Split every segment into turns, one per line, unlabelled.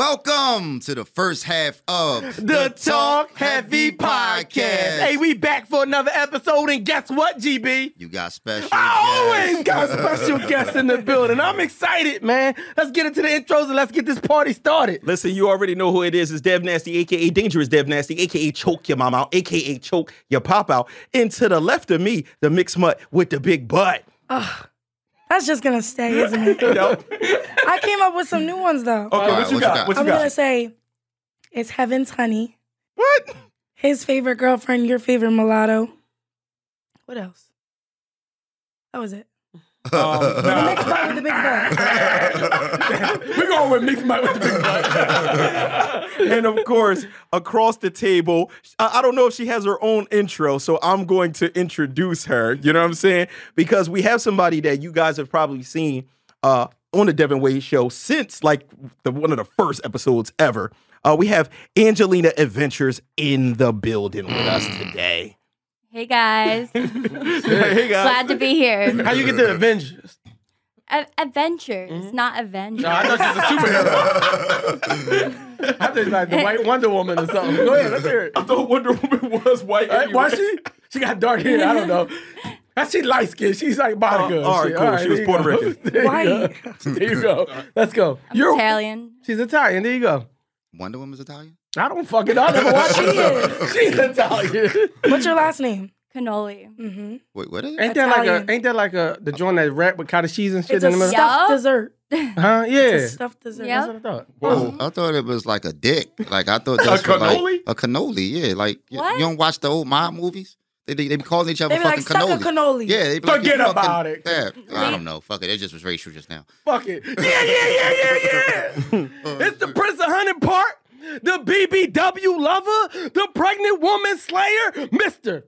Welcome to the first half of
The Talk Heavy Podcast. Hey, we back for another episode, and guess what, GB?
You got special.
I always
guests.
got special guests in the building. I'm excited, man. Let's get into the intros and let's get this party started.
Listen, you already know who it is. It's Dev Nasty, aka Dangerous Dev Nasty, aka Choke Your Mom Out, aka Choke Your Pop Out. And to the left of me, the mixed mutt with the big butt.
That's just gonna stay, isn't it?
You know?
I came up with some new ones though.
Okay,
right,
Oh, what, you got? What you
I'm gonna
got?
say it's Heaven's Honey,
What?
his favorite girlfriend, your favorite mulatto. What else? That was it.
Um,
The mixed butt with the big butt.
We're going with Mix Mike with the big
and of course, across the table, I, I don't know if she has her own intro, so I'm going to introduce her. You know what I'm saying? Because we have somebody that you guys have probably seen uh, on the Devin Wade show since like the one of the first episodes ever. Uh, we have Angelina Adventures in the building with us today.
Hey guys,
hey guys.
glad to be here.
How you get the Avengers?
A- adventures,
Mm-hmm.
not Avengers.
I thought you was a superhero. I think like the white Wonder Woman or something. Go ahead, let's hear it.
I thought Wonder Woman was white.
Hey, why
anyway.
she? She got dark hair. I don't know. That she light skinned. She's like Monica.
Oh, all right,
She-
cool. She was
there you
Puerto
go.
Rican.
There you go. There you go. Let's go. You're
Italian.
She's Italian. There you go.
Wonder Woman's Italian.
I don't fucking know. I never watched it. She's Italian.
What's your last name?
Cannoli.
Mm,
Mm-hmm.
Wait, what is it?
Ain't that like a?
Italian.
Ain't that like a the joint that rap with cottage cheese and shit
It's
in
a
the middle?
stuffed
Yup.
dessert.
Huh?
It's a
Yeah.
stuffed dessert.
Yup.
That's what I thought.
Oh, I thought it was like a dick. Like I thought that's what,
cannoli?
like a cannoli. Yeah, like you-
What?
you don't watch the old mob movies. They they, they be calling each other
They be like
fucking
suck
cannoli.
a cannoli.
Yeah, they be like,
Forget
you fucking-
about it.
Yeah, I don't know. Fuck it. It just was racial just now.
Fuck it. Yeah, yeah, yeah, yeah, yeah. it's the Prince of Hunting part, the BBW lover, the pregnant woman slayer, Mister.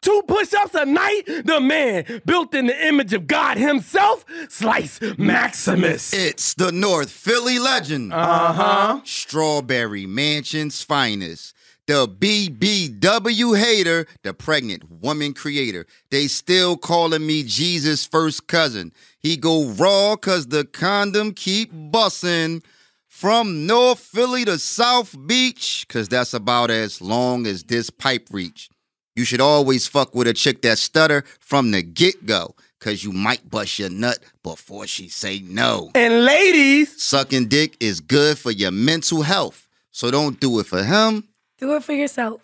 Two push-ups a night, the man built in the image of God himself, Slice Maximus.
It's the North Philly legend.
Uh huh.
Strawberry Mansion's finest. The BBW hater, the pregnant woman creator. They still calling me Jesus' first cousin. He go raw cause the condom keep bussin'. From North Philly to South Beach, cause that's about as long as this pipe reach. You should always fuck with a chick that stutter from the get-go, cause you might bust your nut before she say no.
And ladies,
Sucking dick is good for your mental health. So don't do it for him.
Do it for yourself.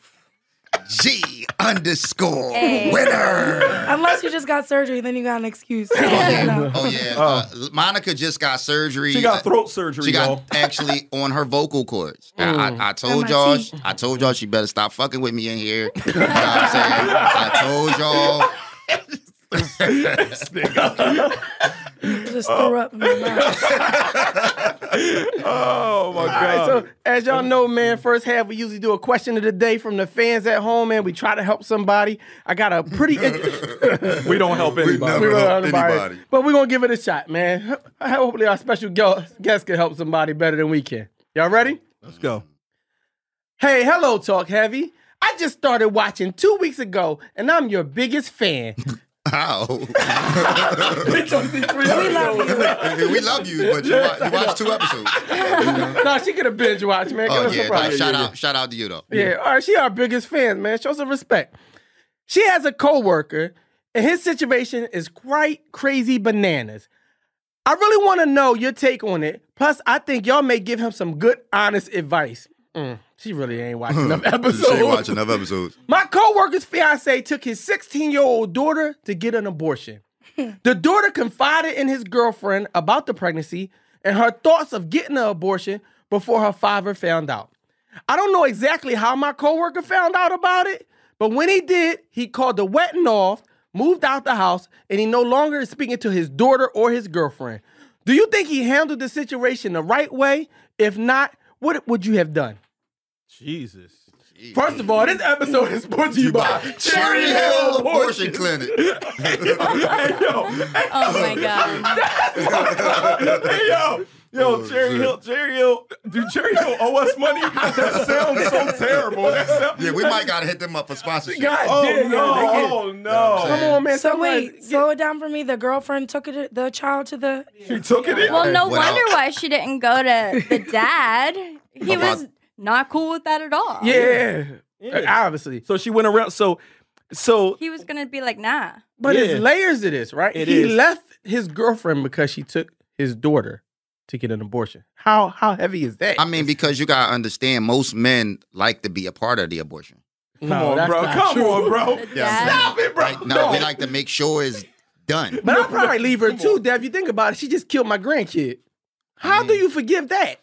G underscore
Hey.
winner.
Unless you just got surgery, then you got an excuse.
Oh yeah. Uh, Monica just got surgery. uh,
She got throat surgery,
She got
y'all.
actually on her vocal cords. Now, I, I told
Mm. my
y'all,
teeth.
I told y'all she better stop fucking with me in here. You know what I'm saying? I told y'all.
just threw up in my mouth.
Oh my
All right,
god.
so as y'all
um,
know, man, first half we usually do a question of the day from the fans at home, and we try to help somebody. I got a pretty.
we don't help anybody.
We
never-
don't
help
help nobody,
anybody.
But we're gonna give it a shot, man. I hope- Hopefully, our special gu- guest can help somebody better than we can. Y'all ready?
Let's go.
Hey, hello, Talk Heavy. I just started watching two weeks ago, and I'm your biggest fan.
Ow.
we love you.
we love you, but you, wa- you watched two episodes.
no, she could have binge watched, man. Give
Oh
us a
yeah.
problem.
Like, shout out, shout out to you though.
Yeah, all right, she our biggest fans, man. Show some respect. She has a coworker, and his situation is quite crazy bananas. I really want to know your take on it. Plus, I think y'all may give him some good, honest advice. Mm, she really ain't watching enough episodes.
She ain't watching enough episodes.
My coworker's fiance took his 16 year old daughter to get an abortion. the daughter confided in his girlfriend about the pregnancy and her thoughts of getting an abortion before her father found out. I don't know exactly how my coworker found out about it, but when he did, he called the wetting off, moved out the house, and he no longer is speaking to his daughter or his girlfriend. Do you think he handled the situation the right way? If not, what would you have done?
Jesus.
First of all, this episode is brought to you by
Cherry Hill Abortion Clinic.
hey yo,
Oh my god.
hey yo, Yo,
Oh,
Cherry
shit.
Hill, Cherry Hill, do Cherry Hill owe us money? That sounds so terrible. That sound-
Yeah, we might gotta hit them up for sponsorship.
God
oh,
damn,
no,
yo, they get-
oh
Come
no.
on, man.
So
somebody-
wait, slow it down for me. The girlfriend took it, the child to the.
She took it in.
Well, no
What
wonder
else?
why she didn't go to the dad. He
About-
was not cool with that at all.
Yeah,
Yeah.
obviously.
So she went around. So, so
He was gonna be like, nah.
But
Yeah.
it's layers to this, right?
It
he
is.
left his girlfriend because she took his daughter to get an abortion. How how heavy is that?
I mean, because you gotta understand, most men like to be a part of the abortion.
come
come on, bro. Come on, bro.
The
Yeah.
dad.
Stop it, bro.
Like, no, we like to make sure it's done.
But I'll probably leave her too, Dev. You think about it, she just killed my grandkid. How do you forgive that?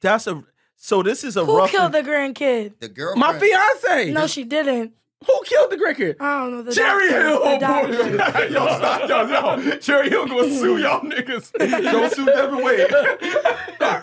That's a. So this is a
Who
rough.
killed the grandkid?
The girl,
My fiance.
No, she didn't.
Who killed the grandkid?
I don't know. The
Cherry
doctor,
Hill,
the
boy.
doctor.
yo, stop, yo, yo. Cherry Hill gonna sue y'all niggas. Don't sue Devin Wade.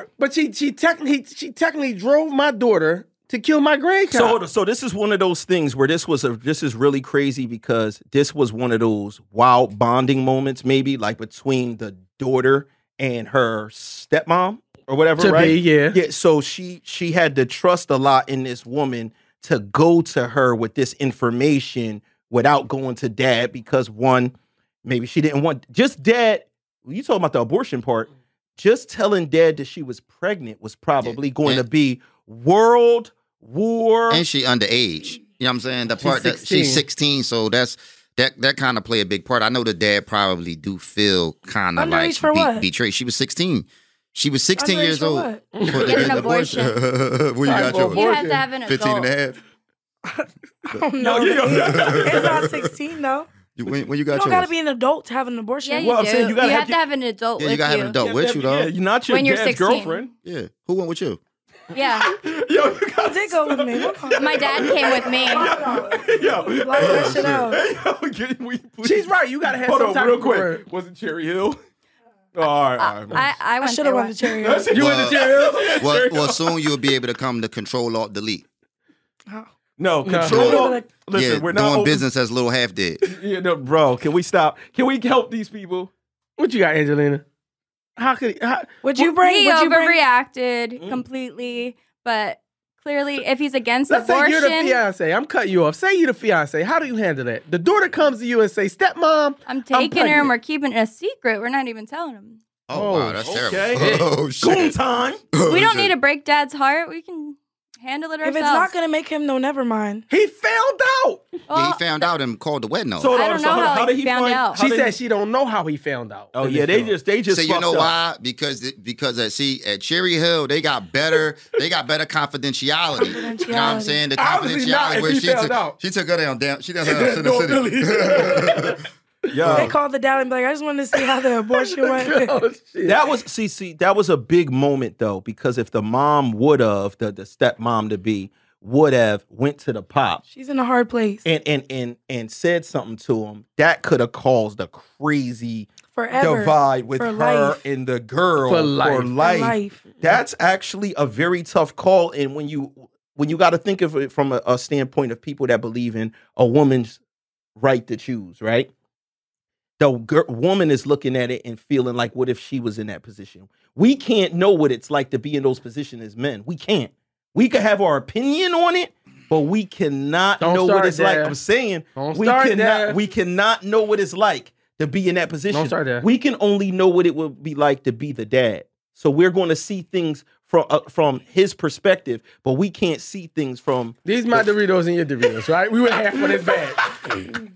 But she she technically she technically drove my daughter to kill my grandkid.
So, hold on. so this is one of those things where this was a this is really crazy because this was one of those wild bonding moments, maybe like between the daughter and her stepmom or whatever,
to
right?
be, yeah.
Yeah, so she she had to trust a lot in this woman to go to her with this information without going to dad because one, maybe she didn't want just dad. You talking about the abortion part? Just telling dad that she was pregnant was probably going to
and-
be world war.
and she underage. You know what I'm saying? The part that
16.
she's 16, so that's that that kind of play a big part. I know the dad probably do feel kind of like
Underage for what?
betrayed. She was 16. She was 16
Underage
years
for
old.
what?
for the
Get an
getting
abortion.
Where you got
Sorry,
You
yours?
boy.
have to have an
15
adult.
and a half.
Oh, no,
yeah, yeah.
it's not 16 though.
You, when, when you
You
got
don't
yours?
gotta be an adult to have an abortion.
Yeah, you
Well, I'm
do.
saying you
you
gotta have
have to
your-
have an adult
yeah, you
with
gotta have
you.
an adult with you,
Yeah,
though.
you're not your
When you're
dad's
16.
girlfriend.
Yeah. Who went with you?
Yeah,
Yo, you got
You did go with me. Hold on.
my dad came with me.
yo.
Block that shit out.
Hey, yo, can we please-
She's right. You gotta have
Hold
some
on,
type
real
of
quick.
word.
Was it Cherry Hill? Oh, all right, all right.
Uh, I, I
I
went
should
there
have went to
once.
Cherry Hill.
That's it. you in the
Well,
Cherry Hill?
Well, well, soon you'll be able to come to control alt delete.
No,
No.
control.
No, like-
Listen,
yeah,
we're not
doing
open-
business as little half did.
Yeah, no, bro, can we stop? Can we help these people?
What you got, Angelina? How could how,
Would you bring?
he
would you bring? Mm.
overreacted completely, but clearly, if he's against
let's say you're
abortion,
the fiance? I'm cutting you off. Say you're the fiance. How do you handle that? The daughter comes to you and say, "Stepmom,
I'm taking her
pregnant.
and we're keeping it a secret. We're not even telling him.
Oh,
Oh,
wow, that's
okay.
terrible. Oh
Goon
shit.
time.
Oh,
We don't need to break dad's heart. We can handle it
If
ourselves.
it's not gonna make him, no, never mind.
he found out."
Yeah,
Well,
he found out and called the wedding off.
So hold
I
on,
don't
so
know
hold on,
how
did
he
he
found
find,
out.
how
She
did-
said she don't know how he found out.
Oh
in
yeah,
this
they
film.
just they just.
so you
fucked
know
up.
why? Because it- because at see at Cherry Hill they got better they got better confidentiality. You know what I'm
Confidentiality.
saying? The
Obviously not
confidentiality
if
where
he
she
found
took,
out.
she took her down down she down her in
No,
the city.
They
Yo,
called the dad and be like, "I just wanted to see how the abortion went."
Oh, shit.
that was see see that was a big moment though because if the mom would have the the stepmom to be would have went to the pop
She's in a hard place
and and and and said something to him that could have caused a crazy
forever.
divide with
For
her
life.
and the girl
For life. For
Life.
life. That's actually a very tough call. And when you when you got to think of it from a, a standpoint of people that believe in a woman's right to choose, right? The gir- woman is looking at it and feeling like, what if she was in that position? We can't know what it's like to be in those positions as men. We can't. We could have our opinion on it, but we cannot
Don't
know
start
what it's like.
there.
I'm saying
Don't
we
start
cannot
there.
we cannot know what it's like to be in that position.
Don't start there.
We can only know what it would be like to be the dad. So we're going to see things from uh, from his perspective, but we can't see things from
These my Doritos and your Doritos, right? We went half on this bag.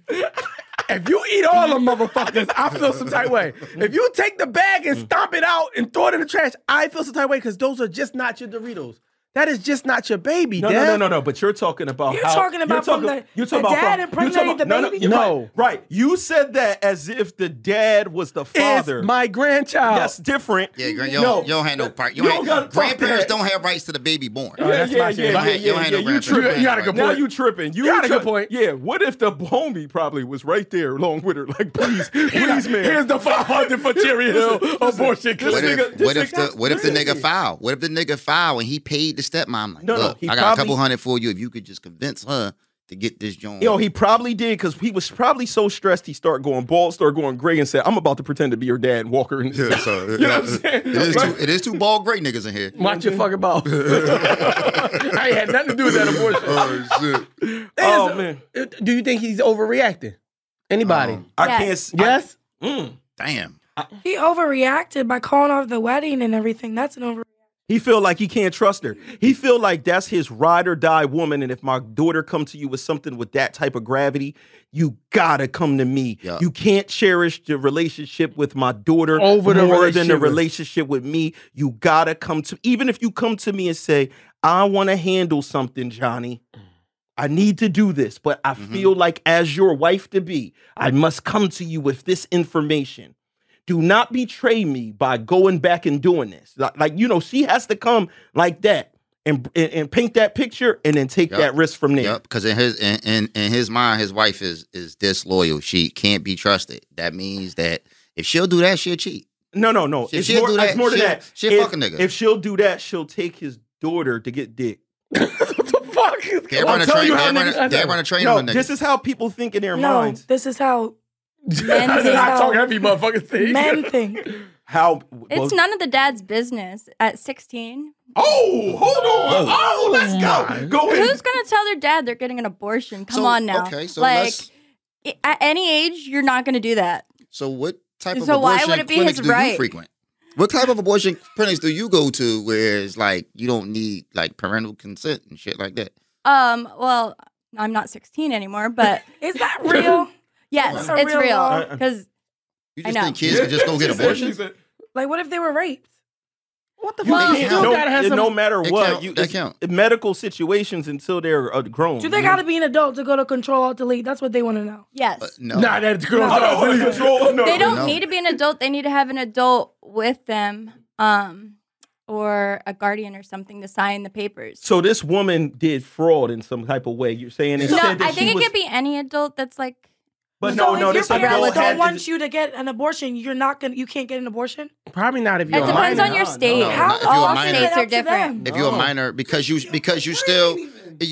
If you eat all them motherfuckers, I feel some type way. If you take the bag and stomp it out and throw it in the trash, I feel some type way because those are just not your Doritos. That is just not your baby.
No,
Dad.
no, no, no, no. But you're talking about
You're
how,
talking about from the-
you're
the
talking about
dad
from- you're
impregnated
talking-
the
no, No,
baby?
No.
right, right. You said that as if the dad was the
It's
father.
my grandchild.
That's different.
yeah, grand- you,
No.
don't, you don't have no part. You
You
ain't,
don't got- fuck
grandparents
that.
don't have rights to the baby born.
right.
Yeah,
That's
yeah,
my shit.
yeah, yeah,
Don't ha- you don't
yeah,
have
yeah.
no
You
grandparents.
tripping?
You got a good
Now
point.
you tripping. You,
You got a
tri-
good point.
Yeah. What if the homie probably was right there along with her? Like, please, please, man.
Here's the 500 for Cherry Hill Oh, abortion.
This
What
clinic.
if,
nigga- this
what if the
nigga's
what if the nigga
crazy.
foul? What if the nigga foul and he paid the stepmom like,
No, no,
look,
he
I got a
probably-
couple hundred for you if you could just convince her to to get this joint.
Yo, he probably did because he was probably so stressed he started going bald, started going gray, and said, "I'm about to pretend to be your dad, Walker." And
Yeah, so,
You know what I'm saying?
It is two, it is two ball great niggas in here.
Watch your fucking mouth. I ain't had nothing to do with that abortion.
Oh shit!
oh
Is-
man,
Do you think he's overreacting? Anybody?
Um,
I
Yes.
can't. s- I-
yes.
mm.
Damn.
He overreacted by calling off the wedding and everything. That's an over.
He feel like he can't trust her. He feel like that's his ride or die woman. And if my daughter come to you with something with that type of gravity, you gotta come to me.
Yeah.
You can't cherish the relationship with my daughter
Over the
more than the
relationship with-
relationship with me. You gotta come to even if you come to me and say, I wanna handle something, Johnny. I need to do this, but I
Mhm.
feel like as your wife to be, I must come to you with this information do not betray me by going back and doing this. Like, like, you know, she has to come like that and and, and paint that picture and then take
Yup.
that risk from there.
Yep. Because in his in, in in his mind, his wife is is disloyal. She can't be trusted. That means that if she'll do that, she'll cheat.
No, no, no.
If
it's
she'll
more,
do
it's
that,
more than
she'll-
that.
she'll
if,
fuck a nigga.
If she'll do that, she'll take his daughter to get dick.
what the fuck? is
They
going on?
run a
I'm
train.
telling you how
They run
niggas-
a- they run a train
No,
on a nigga.
this is how people think in their
No,
minds.
this is how
Men
I said,
think.
I talk every motherfucking thing.
men think.
How well-
It's none of the dad's business at 16.
Oh, hold on. Oh, let's
my.
go. Go in.
Who's going to tell their dad they're getting an abortion? Come
So,
on now.
Okay. So
like,
let's-
i- at any age, you're not going to do that.
So what type of
So why
abortion
would it be
clinics
his
do you
right?
frequent? What type of abortion clinics do you go to where it's like you don't need like parental consent and shit like that?
Um, well, I'm not 16 anymore, but
Is that real?
yes,
That's a
it's
real
Uh,
real.
law.
Because
You
I
just
know.
think kids can just go get
She said- she
abortions?
said-
Like, what if they were raped?
What the
You
Well,
fuck? You
can't,
still
still
no,
gotta have
it-
some.
no matter
They
what,
count-
you,
they
it's
count.
medical situations until they're uh, grown.
Do they
you know?
gotta be an adult to go to control alt delete? That's what they want to know.
yes,
Uh, no.
Nah, that girl's
I don't
not
wanna
believe
control. No.
they don't
No.
need to be an adult. They need to have an adult with them, um, or a guardian or something to sign the papers.
So this woman did fraud in some type of way. You're saying it
No,
said that
I
she
think it
was,
could be any adult that's like.
but
so
no, no,
if your
this adult
parents
had
don't
to-
want you to get an abortion, you're not gonna, you can't get an abortion.
Probably not if
It
you're a
depends
minor.
on your
No, no,
state.
no, How- not if you're a
all
minor.
states are
Up to them.
different.
If you're a
No.
minor, because you because you still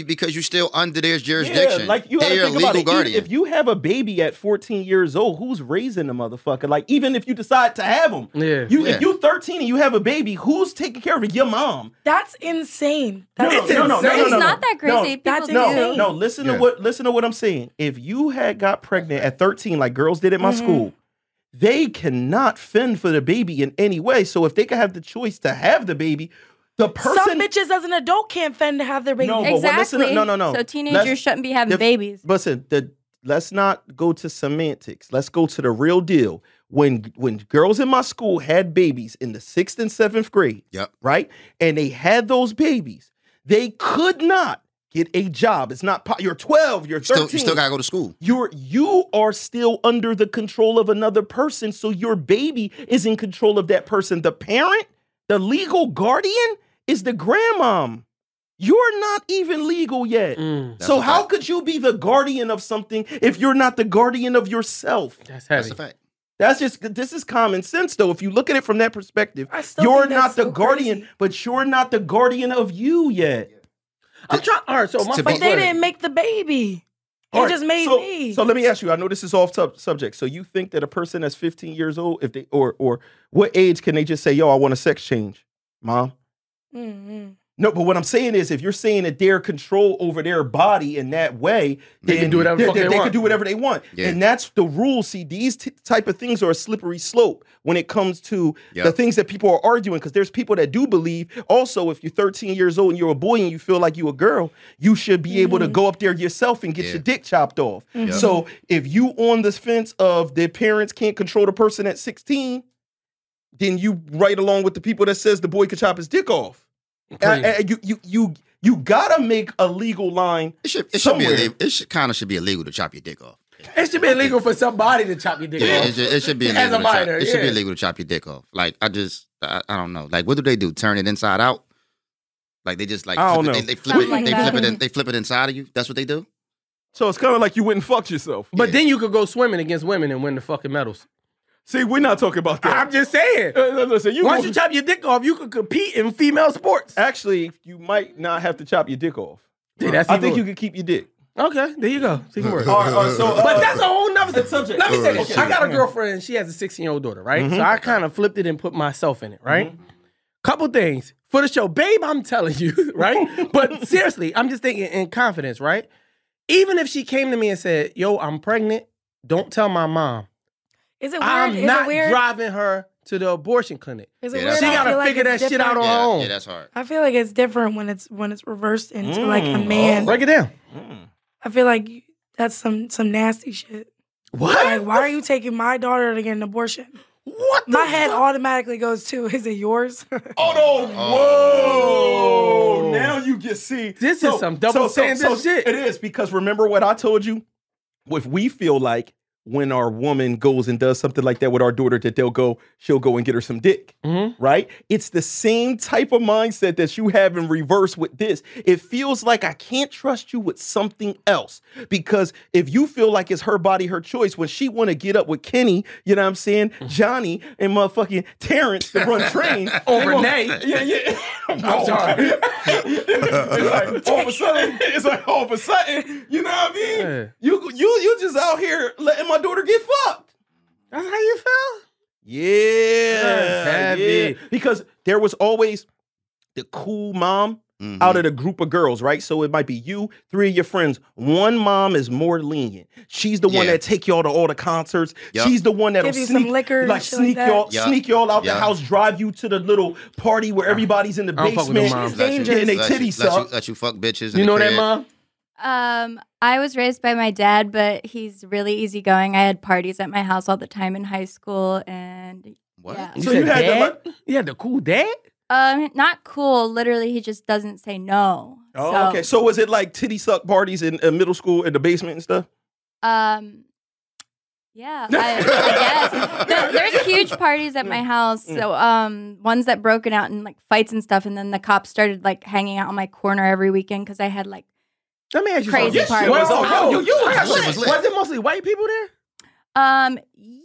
because you still under their jurisdiction,
Yeah, like you gotta
they are
think about
legal
it.
guardian.
If you have a baby at 14 years old, who's raising the motherfucker? Like even if you decide to have him,
Yeah.
you
Yeah.
if you 13 and you have a baby, who's taking care of it? Your mom.
That's insane. That's
It's
no, no, no,
insane.
no,
it's
no,
not
no.
that crazy. People
that's
do.
No,
insane.
no. Listen
Yeah.
to what listen to what I'm saying. If you had got pregnant at 13, like girls did at my
Mm-hmm.
school, they cannot fend for the baby in any way. So if they could have the choice to have the baby, the
Some
person
bitches as an adult can't fend to have their baby.
No, but what- listen
Exactly.
to- no, no, no.
So
Let's-
teenagers shouldn't be having
if-
babies.
listen, the let's not go to semantics. Let's go to the real deal. When when girls in my school had babies in the sixth and seventh grade,
Yep.
right? And they had those babies, they could not get a job. It's not po- you're 12, you're 13.
still, you still gotta go to school.
you're you are still under the control of another person. So your baby is in control of that person. The parent, the legal guardian is the grandmom. You're not even legal yet.
Mm,
That's
so
a
how
fact.
could you be the guardian of something if you're not the guardian of yourself?
that's
That's
heavy.
a fact.
That's just this is common sense though. If you look at it from that perspective,
I still
you're
think that's
not the
so
guardian,
crazy.
but you're not the guardian of you yet.
I'm trying. All right, so my
To be-
But
fucking
they
word.
didn't make the baby. They
All right,
just made
so,
me.
So let me ask you. I know this is off sub- subject. So you think that a person that's 15 years old, if they or or what age can they just say, "Yo, I want a sex change, mom"?
Mm-mm.
No, but what I'm saying is, if you're saying that their control over their body in that way,
They can
then
do whatever the fuck they
they
want.
can do whatever they want,
Yeah.
and that's the rule. See, these t- type of things are a slippery slope when it comes to the
Yep.
things that people are arguing. Because there's people that do believe. Also, if you're 13 years old and you're a boy and you feel like you're a girl, you should be able to
Mm-hmm.
go up there yourself and get
Yeah.
your dick chopped off.
mm.
So if you on this fence of their parents can't control the person at 16, then you right along with the people that says the boy could chop his dick off.
Crazy.
Uh, uh, you you you you gotta make a legal line.
It should it should be
Somewhere.
illegal. It should kind of should be illegal to chop your dick off.
It should be illegal for somebody to chop your dick
Yeah,
off.
it should, it should be
As
illegal.
a
to chop-
minor,
it should be
yeah.
illegal to chop your dick off. Like I just, I, I don't know. Like what do they do? Turn it inside out? Like they just like
I don't
flip it-
know.
They, they flip it.
Something
they
like
flip
that.
it. They flip it inside of you. That's what they do.
So it's kind of like you went and fucked yourself.
But
Yeah.
then you could go swimming against women and win the fucking medals.
See, we're not talking about
I'm just saying.
Uh, no, listen, you Uh,
Once
go-
you chop your dick off, you could compete in female sports.
actually you might not have to chop your dick off.
Dude, that's
I think
even-
you could keep your dick.
Okay, there you go. See you work.
All right, all right, so, uh,
But that's a whole nother subject. Let me say
Okay.
this.
Mm-hmm.
shit. I got a girlfriend. She has a 16 year old daughter, right? So I kind of flipped it and put myself in it, right? Couple things for the show, babe. I'm telling you, right? but seriously, I'm just thinking in confidence, right? Even if she came to me and said, "Yo, I'm pregnant," don't tell my mom.
Is it weird?
I'm
is
not
it weird?
driving her to the abortion clinic.
Is
Yeah,
it
that's
weird?
She
I
gotta
feel like
figure
it's
that shit
different-
out on-
Yeah,
Oh.
yeah, that's hard.
I feel like it's different when it's when it's reversed into like a
Mm.
man.
Break it down.
I feel like you- that's some some nasty shit. Like,
What?
why are you taking my daughter to get an abortion?
What? The
My head automatically goes to, is it yours?
Hold on.
Oh.
Whoa. Now you get see.
This is some double standard shit.
It is because remember what I told you? If we feel like when our woman goes and does something like that with our daughter, that they'll go, she'll go and get her some dick.
Mhm.
Right? It's the same type of mindset that you have in reverse with this. It feels like I can't trust you with something else. Because if you feel like it's her body, her choice, when she wanna get up with Kenny, you know what I'm saying,
Mm.
Johnny and motherfucking Terrence to run train
Or
they gonna-
Renee.
yeah, yeah. I'm
sorry.
it's like all of a sudden, it's like all of a sudden, you know what I mean?
Yeah.
You you you just out here letting my daughter get fucked.
That's how you feel?
Yeah,
heavy.
yeah. Because there was always the cool mom
Mhm.
out of the group of girls, right? So it might be you, three of your friends. One mom is more lenient. She's the one
Yeah.
that take y'all to all the concerts.
Yup.
She's the one that'll
Give you
sneak,
some liquor and
like
shit like
sneak
that.
y'all,
Yup.
sneak y'all out
Yup.
the house, drive you to the little party where everybody's in the
I don't fuck with them
basement.
moms.
Let you-
dangerous.
Getting they
let you-
titties
let you-
sucked.
Let you fuck bitches. in the
You know that,
crib.
mom?
Um, I was raised by my dad, but he's really easygoing. I had parties at my house all the time in high school, and
What?
Yeah.
You
So
said
you had the
dad?
what?
You had the cool dad?
um, not cool. Literally, he just doesn't say no.
Oh,
So,
okay. So was it like titty suck parties in, in middle school in the basement and stuff?
Um, yeah, I, I guess There- there's huge parties at
Mm.
my house. So, um, ones that broken out in like fights and stuff, and then the cops started like hanging out on my corner every weekend because I had like
Let me ask you
Crazy
something.
party.
Well,
Was all-
oh, you, you was,
That shit
lit.
was
was
lit.
it mostly white people there?
Um, mm,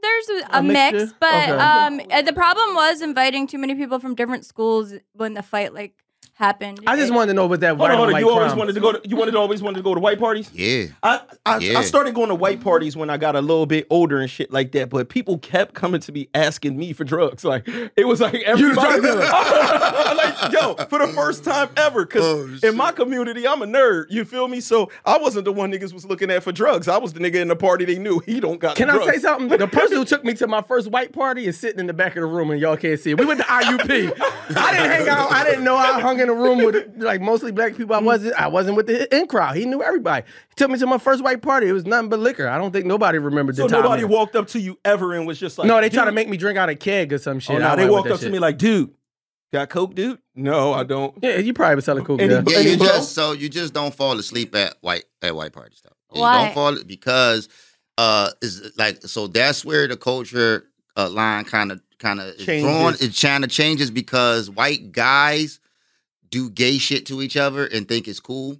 there's a,
A
a
mixture?
mix, but
Okay.
um, uh, the problem was inviting too many people from different schools when the fight like happened.
I just
It-
wanted to know what that
Hold
white
on, hold
and
on.
white
You always
crime-
wanted to go. To, you wanted always wanted to go to white parties.
Yeah.
I, I,
Yeah.
I started going to white parties when I got a little bit older and shit like that, but people kept coming to me asking me for drugs. Like it was like everybody,
drug dealer.
like yo, for the first time ever, because
Oh, shit.
in my community I'm a nerd. You feel me? So I wasn't the one niggas was looking at for drugs. I was the nigga in the party they knew he don't got.
Can
the
I
drugs.
say something? The person who took me to my first white party is sitting in the back of the room, and y'all can't see it. We went to IUP. I didn't hang out. I didn't know. I hung in a room with like mostly black people.
Mm.
I wasn't. I wasn't with the in crowd. He knew everybody. He took me to my first white party. It was nothing but liquor. I don't think nobody remembered
So
the time.
nobody walked up to you ever and was just like,
no, they try to
dude.
make me drink out a keg or some shit.
Oh,
I
no, they
went with
walked
that
up to
shit.
me like, dude, got coke, dude? No, I don't.
yeah, you probably was selling coke.
Any-
yeah.
Yeah,
Any
you
bro?
just so you just don't fall asleep at white at white party stuff. You
Why?
don't fall because uh is like so that's where the culture uh, line kind of kind of is drawn.
Changes.
It kind of changes because white guys do gay shit to each other and think it's cool.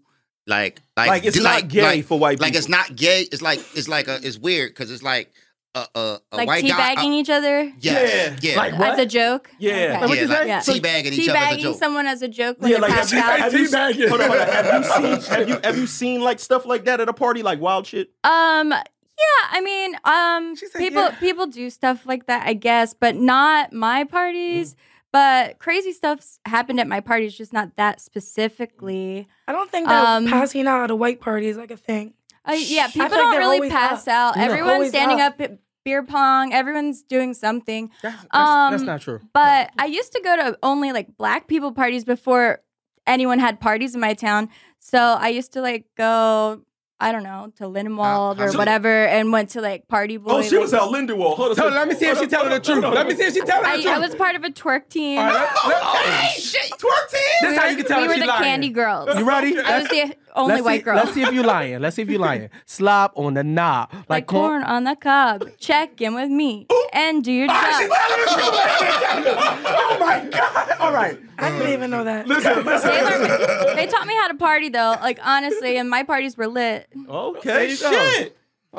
Like like,
Like, it's
d-
not gay for white
Like
people.
it's not gay. It's like it's like a it's weird because it's like a a, a
like
white guy. uh,
teabagging each other
yes, yeah.
Like what?
as a joke.
Yeah.
Okay.
Like, what
yeah,
you
like
say?
Yeah.
teabagging each other as a
Teabagging
joke.
someone as a joke when
Yeah,
yeah,
like,
passed
have you-
out.
have you- Hold on, hold on. Have you seen? Have you have you seen like stuff like that at a party, like wild shit?
Um. Yeah, I mean, um,
She said,
people
yeah.
people do stuff like that, I guess, but not my parties. But crazy stuff's happened at my parties, just not that specifically.
I don't think that
Um,
passing out at a white party is like a thing.
Uh, yeah,
I feel
people
like
don't
they're
really
always
pass out.
No.
Everyone's
Always
standing
up.
up. at beer pong. Everyone's doing something.
That's, that's,
Um,
that's not true.
But I used to go to only like black people parties before anyone had parties in my town. So I used to like go, I don't know, to Lindenwald
How-
or
how-
whatever, and went to like party boy.
Oh, she
like-
was out Lindenwall. Hold on.
No, let me see if she telling the truth. Let me see if she telling the
I,
truth.
I was part of a twerk team.
All right, let- let-
Oh, Twerk team.
This how you can tell
we
if
were
she
the
lying.
candy girls.
You ready?
I was the only
let's
white
see,
girl.
Let's see if you lying. Let's see if you lying. Slob on the knob. Like,
like corn
corn.
on the cob. Check in with me and do your
Ah,
job.
she telling the truth. oh my god. All right.
I didn't even know that.
Mm. Listen,
They,
listen.
learned- they taught me how to party though. Like honestly, and my parties were lit.
Oh, There
Okay,
you go.
shit.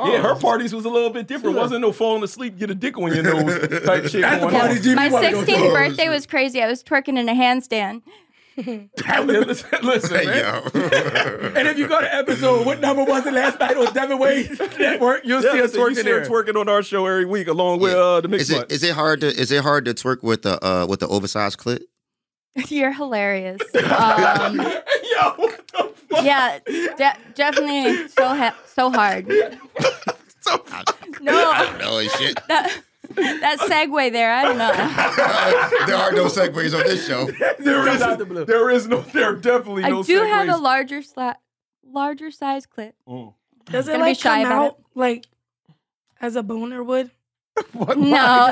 Yeah, her parties was a little bit different. Wasn't no falling asleep, get a dick on your nose type shit.
That's the
going on.
party Jimmy
My
wanna go to.
16th birthday was crazy. I was twerking in a handstand.
listen, listen man.
Yo.
And if you go to episode, what number was it last night on Devin Wade Network? You'll see us
listen, you
working
see
there.
us working on our show every week along with uh, the mix
is it is it hard to is it hard to twerk with the uh with the oversized clip?
You're hilarious. Um,
Yo, what the fuck?
yeah, de- definitely so ha- so hard. No,
No shit.
that that segue there. I don't know.
there are no segues on this show.
There
Comes
is,
Oh. out the blue.
there is no, there are definitely no
I do have a
segues.
larger sla- larger size clip.
Mm.
Does it
Gonna be
like
shy
come
about
out like as a boner would?
No,
Is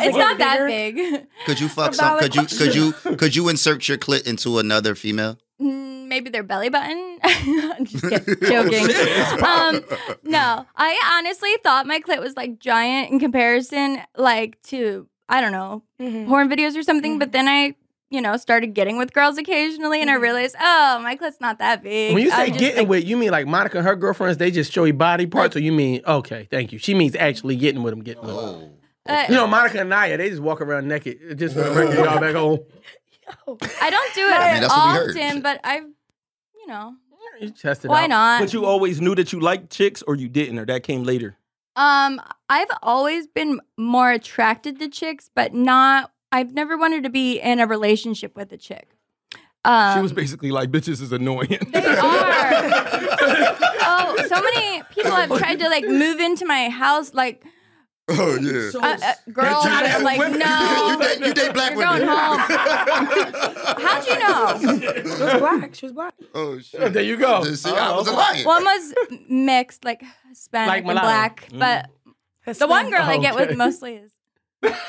it
it's not that
bigger?
big.
Could you fuck some? Could you could you could you insert your clit into another female?
Mm, Maybe their belly button. I'm Just kid- joking. um, no, I honestly thought my clit was like giant in comparison, like to I don't know
Mhm.
porn videos or something.
Mhm.
But then I, you know, started getting with girls occasionally, and I
Mhm.
realized, oh, my clit's not that big.
When you
I
say
just,
getting
like,
with, you mean like Monica and her girlfriends, they just show you body parts, or you mean, okay, thank you. She means actually getting with them, getting with them.
Oh.
uh,
You know, Monica and Naya, they just walk around naked, just for the record, y'all back home.
I don't do it
I mean, that's what we
often,
heard.
but I've, you know,
You test it
why
out.
not?
But you always knew that you liked chicks, or you didn't, or that came later.
Um, I've always been more attracted to chicks, but not. I've never wanted to be in a relationship with a chick. Um,
she was basically like, "Bitches is annoying."
They are. oh, so many people have tried to like move into my house, like
Oh yeah.
uh, uh, girls,
tried to
and I'm like
women.
you,
no,
date, you date black
you're
women.
going home. How'd you know?
She was black. She was black.
Oh shit.
There you go.
See, I was a lion.
One was mixed, like Hispanic
Like
and black, but the one girl I get
Okay.
with mostly is
listen,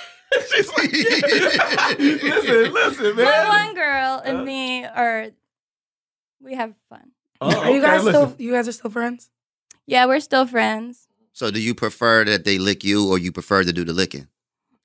listen,
my
man.
one girl
Uh.
and me are. We have fun.
Oh,
Are you
okay,
guys
listen.
still? You guys are still friends?
Yeah, we're still friends.
so do you prefer that they lick you or you prefer to do the licking?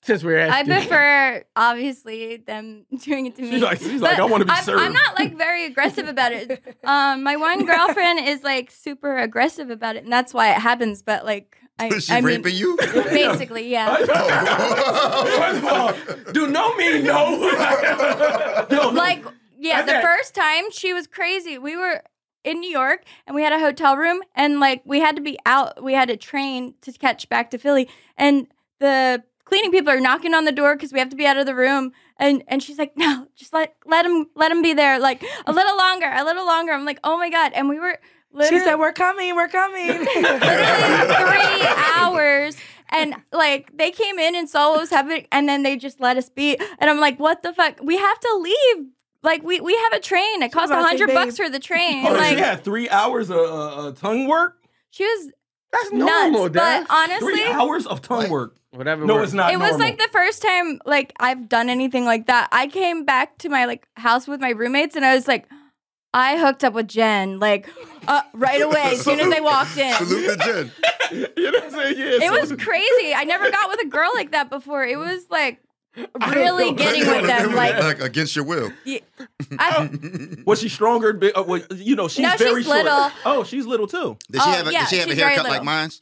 Since we're
I
asking.
prefer, obviously, them doing it to me.
She's like, she's like,
But
I want to be
I'm,
served.
I'm not like very aggressive about it. Um, my one girlfriend is like super aggressive about it, and that's why it happens. But like, I,
Is she
I mean,
raping you?
basically, yeah.
First of all, do no mean no. No, no.
Like, yeah. The
Okay.
first time she was crazy. We were in New York, and we had a hotel room, and like we had to be out. We had a train to catch back to Philly, and the cleaning people are knocking on the door because we have to be out of the room. And and she's like, no, just let let him let him be there, like a little longer, a little longer. I'm like, oh my god. And we were
She
literally,
said, "We're coming. We're coming."
literally three hours. And like they came in and saw what was happening, and then they just let us be. And I'm like, what the fuck? We have to leave. Like we we have a train. It cost
about to say,
hundred bucks
babe.
for the train.
Oh,
like
she had three hours of uh, uh, tongue work.
she was
That's
nuts.
normal,
but
Dad.
honestly,
Three hours of tongue work.
Whatever.
No,
works.
it's not.
it was
normal.
like the first time like I've done anything like that. I came back to my like house with my roommates and I was like, I hooked up with Jen like uh, right away as soon as I walked in.
Salute the gin.
You know what I'm saying? Yeah,
It
so-
was crazy. I never got with a girl like that before. It was like really getting with them. Like
against your will.
I,
Was she stronger? Bi- uh, was- you know, she's
No, she's
very short.
little.
Oh, she's little too.
Did she
Oh,
have a,
yeah,
did she have a
she's very
haircut like
little.
mine's?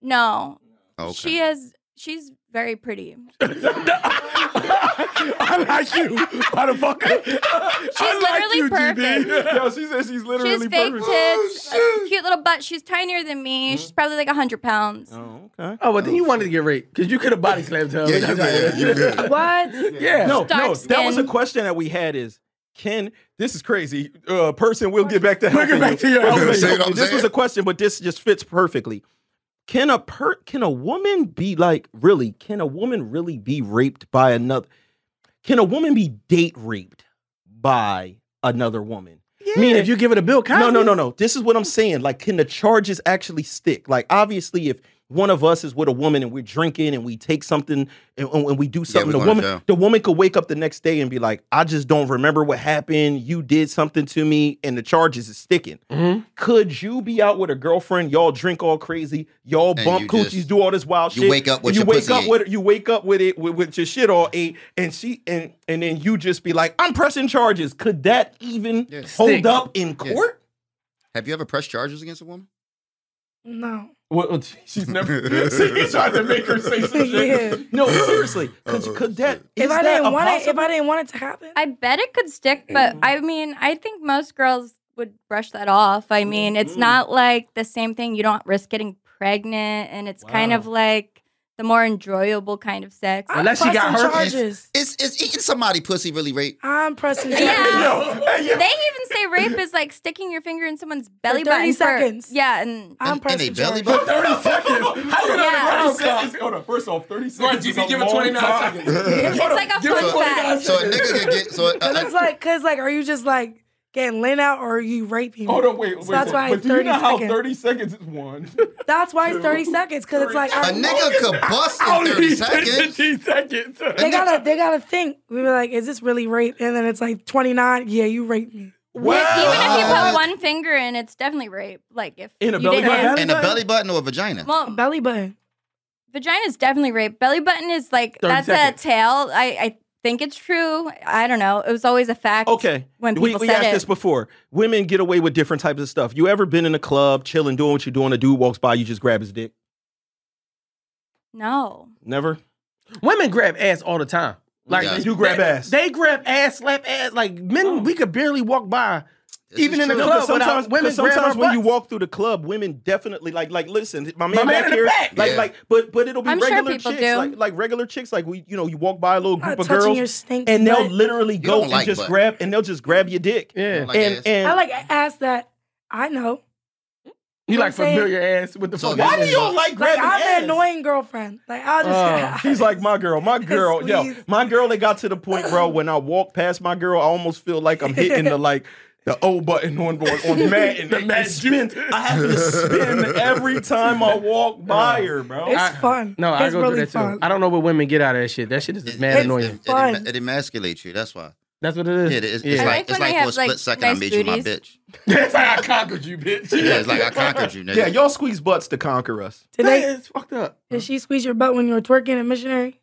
no,
Oh,
she is. She's very pretty.
I like you, motherfucker. She's
She's literally perfect.
Yo, she said she's
She has
literally
fake
perfect. Oh,
tits, a cute little butt. She's tinier than me. She's probably like hundred pounds.
Oh, okay.
Oh, but then you wanted to get raped because you could have body slammed her.
Yeah, you good. You good.
what?
Yeah.
No,
Dark
no, that was a
skin.
question that we had. Is can this is crazy? Uh, person, we'll get back to
We'll get
helping
back to your
Helping
See what I'm
This was
saying?
a question, but this just fits perfectly. Can a per can a woman be like really? Can a woman really be raped by another? Can a woman be date raped by another woman?
I mean, if you give it a Bill Cosby.
No, no, no, no. This is what I'm saying. Like, can the charges actually stick? Like, obviously, if one of us is with a woman and we're drinking and we take something and, and- and we do something,
we
the
going
woman,
to jail.
the woman could wake up the next day and be like, "I just don't remember what happened. You did something to me, and the charges is sticking."
Mhm.
Could you be out with a girlfriend? Y'all drink all crazy. Y'all
And
bump
you
coochies,
just-
do all this wild
you
shit.
wake up with
you
your
wake
pussy
up
ate.
with you wake up with it with, with your shit all ate, and she and and then you just be like, "I'm pressing charges." Could that even
Yeah.
hold
Stick.
up in court?
Have you ever pressed charges against a woman?
No.
What, what- she's never. See, he tried to make her say some shit.
Yeah.
No, seriously. Could,
Oh,
could that is
if
that
I didn't
a
want it, if
possible-
I didn't want it to happen,
I bet it could stick, but I mean, I think most girls would brush that off. I mean, it's
Mm.
not like the same thing. You don't risk getting pregnant, and it's kind of like the more enjoyable kind of sex.
I'm
Unless she got
pressing
herpes.
charges.
Is is eating somebody pussy really rape?
I'm pressing charges.
Yeah.
Yo, hey, yo.
They even say rape is like sticking your finger in someone's belly
30
button. for-
seconds.
yeah, and
I'm
In- in a
pressing
belly
charges.
button?
30 seconds. How you know
Yeah.
the 30 seconds?
Hold on. First off, thirty seconds.
Right,
is
GP,
a
give it
long
29
time.
seconds.
it's like a
Give it
fun
29
fact.
So a nigga could get so. a-
But it's like, cause like, are you just like getting lit out or are you raping?
Hold on, wait, wait.
So that's
wait.
why
but
it's
do you
30
know how
seconds.
thirty seconds is one?
That's why it's 30 seconds, cause it's like
a
I,
nigga could bust
Oh,
in
Only
30
10
seconds.
seconds. seconds.
they gotta they gotta think. We were like, is this really rape? And then it's like 29. Yeah, you raped me.
Yeah, even if you
Wow.
put one finger in, it's definitely rape. Like if
uh, In a
you
belly
didn't
button?
ask-
And a belly button or a vagina?
Well,
Belly button.
vagina is definitely rape. Belly button is like
30
that's
seconds.
a tale. I, I think it's true. I don't know. It was always a fact.
Okay.
When
we,
people
we
said
asked
it.
this before, women get away with different types of stuff. You ever been in a club, chilling, doing what you're doing? A dude walks by, you just grab his dick.
No.
Never.
Women grab ass all the time. Like
Yeah.
They do grab
they,
ass.
They grab ass, slap ass. Like men, we could barely walk by.
This is
even in the
true.
club.
but
without
sometimes,
women
but sometimes
grabbing our
when you
butts.
walk through the club, women definitely like like listen, my man,
My man
back
in the
here,
back.
like
Yeah.
like, but but it'll be
I'm sure
regular
people
chicks,
do.
like like regular chicks, like we you know you walk by a little
Not
group of
touching
girls,
your stink.
and they'll
butt.
literally go
don't
and
like
just
butt.
grab and they'll just grab your dick,
Yeah.
Like
and
ass.
and
I like asked that. I know.
you like
I'm saying-
familiar ass with the
So
fuck.
that
why do
is-
you all like
Like
grabbing
I'm
ass?
an annoying girlfriend. Like I'll
Oh,
just.
She's like my girl, my girl, yo,
Squeeze.
my girl. They got to the point, bro. When I walk past my girl, I almost feel like I'm hitting the like the O button on on, on Madden.
The
It
Madden
spins. I have to spin every time I walk by her, bro.
It's
I-
fun.
No, I
It's
go
really
through that too.
fun.
I don't know what women get out of that shit. That shit is just mad
it,
annoying.
It, it,
Fun.
it emasculates you. That's why.
That's what it is.
Yeah, it, it's,
yeah.
it's
I
like, it's
like when
like
they
for a
have,
split
like,
second I
nice
made you my
booties.
bitch.
That's like I conquered you, bitch.
Yeah, it's like I conquered you, nigga.
yeah, y'all squeeze butts to conquer us.
Did,
That
they,
is fucked up.
did she squeeze your butt when you were twerking at missionary?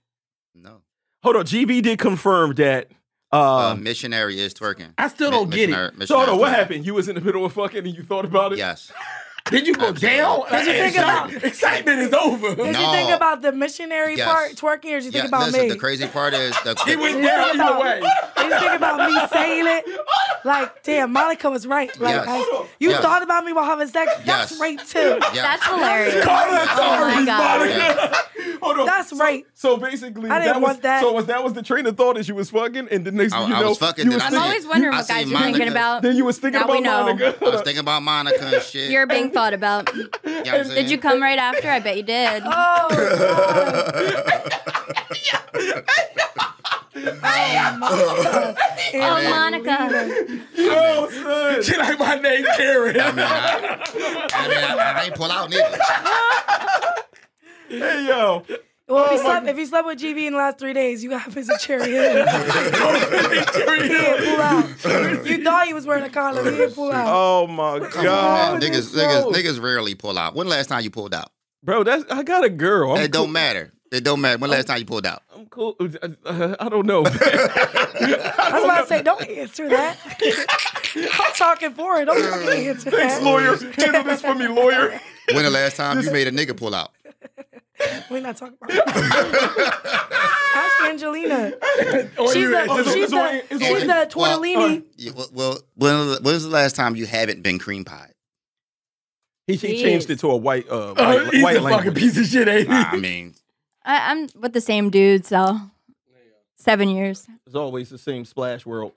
No.
Hold on, GB did confirm that.
Uh,
Uh,
missionary is twerking.
I still don't get it.
so hold on, what happened? You was in the middle of fucking and you thought about it.
Yes.
Did you go down?
Did you
think about-
excitement is over?
Did you
No.
think about the missionary
Yes.
part twerking, or did you think
Yeah,
about
listen,
me?
the crazy part is the,
He
the,
went
Did you
down
think
either
about-
way.
Did you think about me saying it? Like, damn, Monica was right. Like,
Yes.
I- you
Yes.
thought about me while having sex.
Yes.
That's right too.
yeah.
That's hilarious.
Sorry,
Oh my god.
Hold on.
That's
so,
right.
So basically,
I didn't
that was,
want that.
So was that was the train of thought as you was fucking, and the next
I,
thing you
I
know,
was fucking.
you
then
was
I
I'm
seen-
always wondering
I
what guys
seen
are thinking
Monica.
about.
Then you was thinking
Now we
about
know.
Monica.
I was thinking about Monica and shit.
You're being thought about.
You know what I'm saying?
Did you come right after? I bet you did.
Oh, God.
Oh, Monica.
Yo, son.
She like my name Karen.
I mean, I, I ain't pull out neither.
Hey, yo.
Well, if you slept, if you slept with GV in the last three days, you got a piece of cherry hill. you didn't pull out. You thought you was wearing a condom. You didn't pull out.
Oh, my
Come on, man.
God.
niggas, niggas, niggas rarely pull out. When last time you pulled out?
Bro, that's, I got a girl. I'm
It don't matter. It don't matter. When last time you pulled out?
I'm cool. Uh, I don't know.
I was
Oh,
about to say, don't answer that. I'm talking for it. Don't fucking answer that.
lawyer, handle this for me, lawyer.
When the last time you made a nigga pull out?
We're not talking about it. Ask Angelina.
Or
She's
you
the,
at the-
she's the,
it's
she's the
Oh,
tortellini.
Yeah, well, well, when when was the last time you haven't been cream pie?
He, he changed it to a white, uh,
Uh,
white,
he's
white
a fucking
language.
piece of shit, ain't he?
I mean,
I, I'm with the same dude, so seven years,
It's always the same splash world.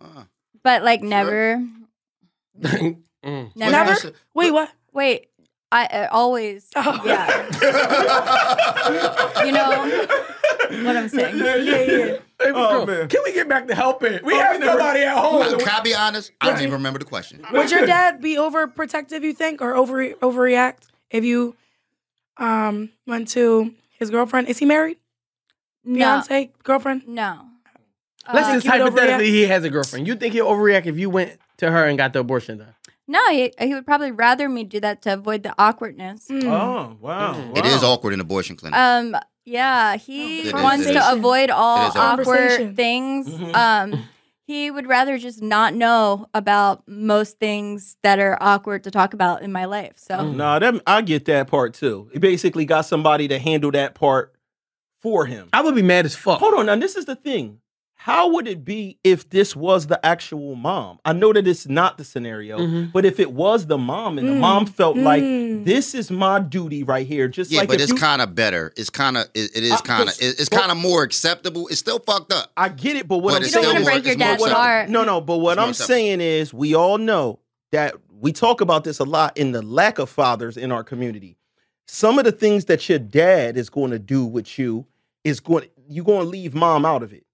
uh,
but like never,
Mm.
never.
Never? Wait, what?
Wait, I uh, always.
Oh.
Yeah, you know what I'm saying.
Yeah,
Yeah, yeah.
Hey,
Oh,
girl,
man.
Can we get back to helping? We have somebody at home.
Can I be honest? I don't even remember the question.
Would your dad be overprotective, you think, or over overreact if you um went to his girlfriend? Is he married?
No,
Beyonce girlfriend?
no.
Let's
Uh,
just
he would
hypothetically
overreact?
he has a girlfriend. You think he'll overreact if you went to her and got the abortion done?
no. He, he would probably rather me do that to avoid the awkwardness.
Mm.
Oh, wow.
It is awkward in abortion clinic.
Um. Yeah, he
It is-
wants
it
to
is.
avoid all
It is awkward. Mm-hmm.
awkward
Conversation.
things.
Mhm.
Um, He would rather just not know about most things that are awkward to talk about in my life. So
Mm.
Nah, that I get that part too. He basically got somebody to handle that part for him.
I would be mad as fuck.
Hold on, now this is the thing. How would it be if this was the actual mom? I know that it's not the scenario,
Mm.
Mhm.
but if it was the mom and the
Mm.
mom felt
Mm.
like this is my duty right here, just
Yeah,
like
but
if
it's
you-
kind of better. It's kind of it, it
I-
is kind of
'cause-
it's
well-
kind of more acceptable. It's still fucked up.
I get it, but what
But
I'm
it's
you don't
still
saying
want to
more-
break your
it's more
dad's
acceptable.
heart.
No, no, but what
It's more
I'm
acceptable.
saying is we all know that we talk about this a lot in the lack of fathers in our community. Some of the things that your dad is going to do with you is going you're going to leave mom out of it.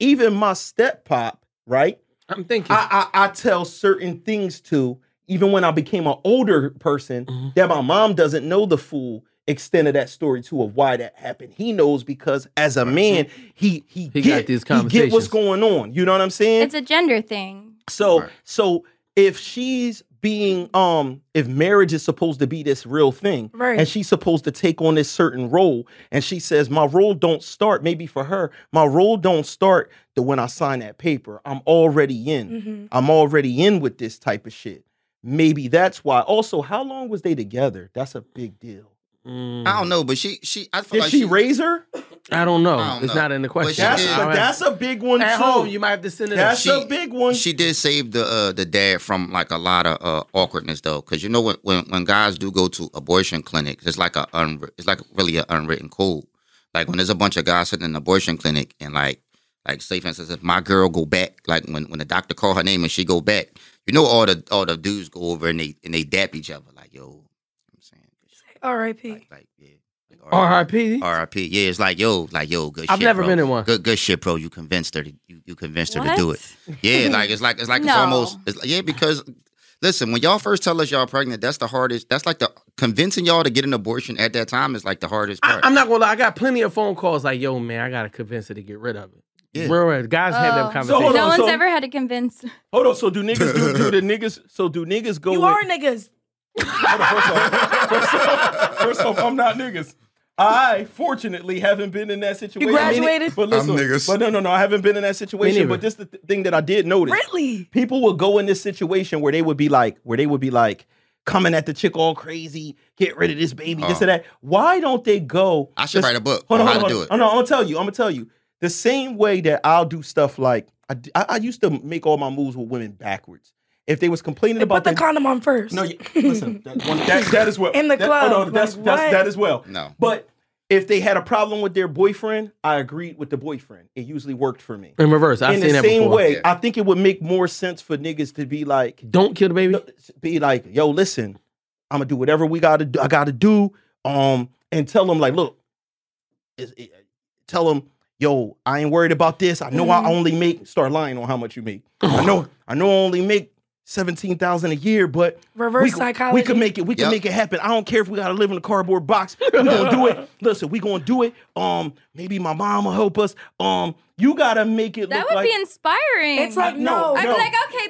Even my step pop, right?
I'm thinking.
I, I I tell certain things to even when I became an older person
Mhm.
that my mom doesn't know the full extent of that story too of why that happened. He knows because as a man, he he,
He got
get,
these
he get
conversations.
what's going on. You know what I'm saying?
It's a gender thing.
So
Right.
so if she's being um if marriage is supposed to be this real thing
Right.
and she's supposed to take on this certain role and she says my role don't start maybe for her my role don't start to when I sign that paper I'm already in
Mhm.
I'm already in with this type of shit maybe that's why also how long was they together that's a big deal
Mm.
I don't know, but she she I feel
did
like
she, raise her
I don't know.
I don't
it's
know.
not in the question.
But
that's
did.
a,
I don't
that's a big one
at
too
home. You might have to send it.
that's
That's
She-
a big one
she did save the uh, the dad from like a lot of uh, awkwardness though, because you know when, when when guys do go to abortion clinics, it's like a unwr- it's like really an unwritten code. Like when there's a bunch of guys sitting in an abortion clinic and like like say for instance, if my girl go back, like when when the doctor call her name and she go back, you know all the all the dudes go over and they and they dap each other like yo, you know what I'm saying
R.I.P.
like like yeah. Like,
R.I.P.
RIP. Yeah, it's like yo, like yo, good.
I've
shit,
never
bro.
been in one.
Good, good shit, bro. You convinced her. To, you, you convinced her to do
What?
it. Yeah, like it's like it's like it's
No.
almost it's like, yeah because listen, when y'all first tell us y'all pregnant, that's the hardest. That's like the convincing y'all to get an abortion at that time is like the hardest
I,
part.
I'm not gonna lie. I got plenty of phone calls like, "Yo, man, I gotta convince her to get rid of it."
Yeah.
Real, real. Guys have
Oh.
them
So
conversations.
hold
no
on,
one's
Um, so-
ever had to convince.
hold on so do niggas do, do the niggas so do niggas go
You
with-
are niggas.
Hold on, first off, first off, first off, I'm not niggas. I fortunately haven't been in that situation.
graduated?
but listen,
I'm niggas.
But no, no, no, I haven't been in that situation.
neither.
But this is the th- thing that I did notice.
Really?
People would go in this situation where they would be like, where they would be like, coming at the chick all crazy, get rid of this baby, this
Oh.
and that. Why don't they go?
I should
the-
write a book
Hold
on
on,
how
hold on.
to do it.
Oh, no, I'm gonna tell you. I'm gonna tell you. The same way that I'll do stuff like I, d- I- I used to make all my moves with women backwards. If they was complaining
They
about
put the
their-
condom on first.
no, you, listen, that, one, that, that is what
In the
that,
club,
Oh, no, that's,
like,
that's
what?
that as well.
No.
But if they had a problem with their boyfriend, I agreed with the boyfriend. It usually worked for me.
in reverse. I've
In
seen
the
that
same
before.
way,
Yeah.
I think it would make more sense for niggas to be like,
Don't kill the baby.
be like, yo, listen, I'm gonna do whatever we gotta do. I gotta do. Um, and tell them like, look, is- it- tell them, yo, I ain't worried about this. I know
Mm-hmm.
I only make. Start lying on how much you make. I know, I know, I only make seventeen thousand a year, but
Reverse
we,
psychology.
We can make it. We
Yep.
can make it happen. I don't care if we gotta live in a cardboard box. We gonna do it. Listen, we gonna do it. Um, maybe my mom will help us. Um, you gotta make it.
That
look
would
like,
be inspiring.
It's like no.
No,
I'd
no.
be like, okay,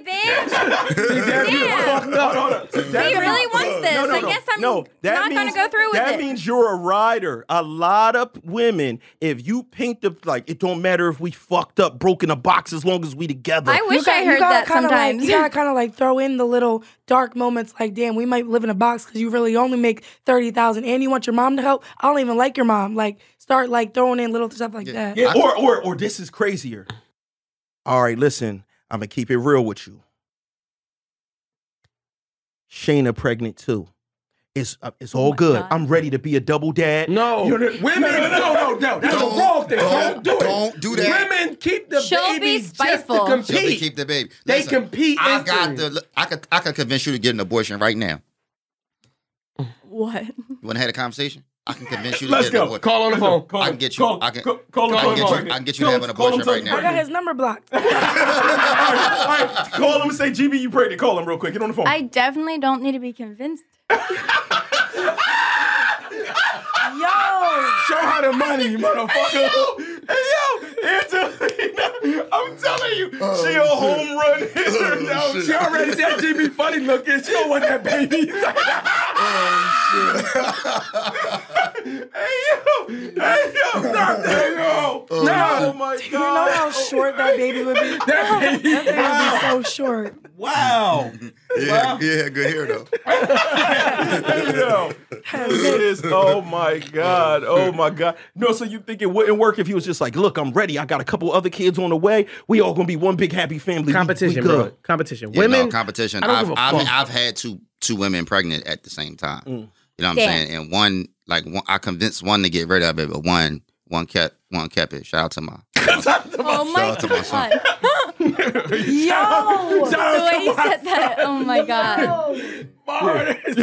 Hold
babe, yeah,
on, hold on. That
he
means- uh,
really wants this.
No, no,
I
no.
guess I'm
No, that
not
means-
gonna go through with
that
it.
means you're a rider. A lot of women, if you paint the like, it don't matter if we fucked up, broken a box, as long as we together.
I wish I
you
heard
gotta
that
kinda
sometimes.
Like, you gotta kind of like throw in the little dark moments, like, damn, we might live in a box because you really only make thirty thousand, and you want your mom to help. I don't even like your mom. Like, start like throwing in little stuff like that.
Yeah, or or or this is crazier. All right, listen, I'm gonna keep it real with you. Shayna pregnant too. It's uh, it's all
Oh my
good.
God.
I'm ready to be a double dad.
No,
You're the-
women. No, no, no, no. That's the
Don't-
wrong thing. Don't,
don't-
do it.
don't do that.
Women keep the
She'll be
babies just to
She'll
spiteful.
be
compete.
keep the baby.
They
Listen,
compete
I got
instantly.
the. I could I could convince you to get an abortion right now.
what?
You want to have a conversation? I can convince you to
Let's
get an
go.
abortion.
Call on the phone.
I can get you. I can. I can get you. I can get you to have an abortion right
I got
now.
his number blocked.
all right, all right. Call him and say, GB, you pregnant. Call him real quick. Get on the phone.
I definitely don't need to be convinced.
Yo,
Show her the money, motherfucker. Hey, yo. Angelina, I'm telling you, she a home run hitter now.
shit.
She already
said she be funny looking. She don't want that baby.
Oh, Hey yo, hey yo, stop that yo!
no.
Oh my
You know how
god!
short that baby would be?
That baby.
That baby would be so short.
Wow,
Yeah, yeah, good hair though.
hey yo, it is. Oh my god! Oh my god! No, so you think it wouldn't work if he was just like, "Look, I'm ready. I got a couple other kids on the way. We all gonna be one big happy family. We-
Competition,
we
bro.
good."
Competition.
Yeah,
Women.
no, competition.
I don't
I've,
give a
I've,
fuck. Mm.
I've had two two women pregnant at the same time. You know what I'm
Damn.
saying? And one, like, one, I convinced one to get rid of it, but one, one kept, one kept it. Shout out to my.
Oh my
out to my son.
god.
Yo!
The way he said that. Oh my god.
My heart is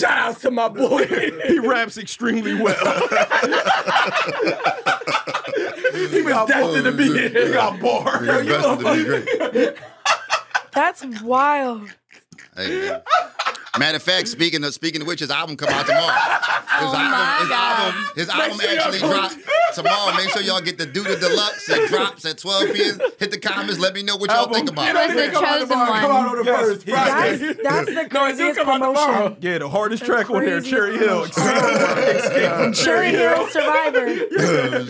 Shout out to my boy.
He raps extremely well.
He was destined to be
he
here.
got bars.
Best to be great.
That's wild.
Hey, man. Matter of fact, speaking of speaking of which, his album come out tomorrow. His
Oh
album,
my
his
God.
album, his album actually dropped tomorrow. Make sure y'all get the Duda Deluxe. It drops at 12 p.m. Hit the comments. Let me know what y'all think about it.
Was the chosen one.
the first
That's, that's the
No, it do
craziest
come out tomorrow.
promotion.
Yeah, the hardest track on there,
craziest
Cherry Hill. Escape from
Cherry
Cherry Hill.
Hill Survivor.
Oh,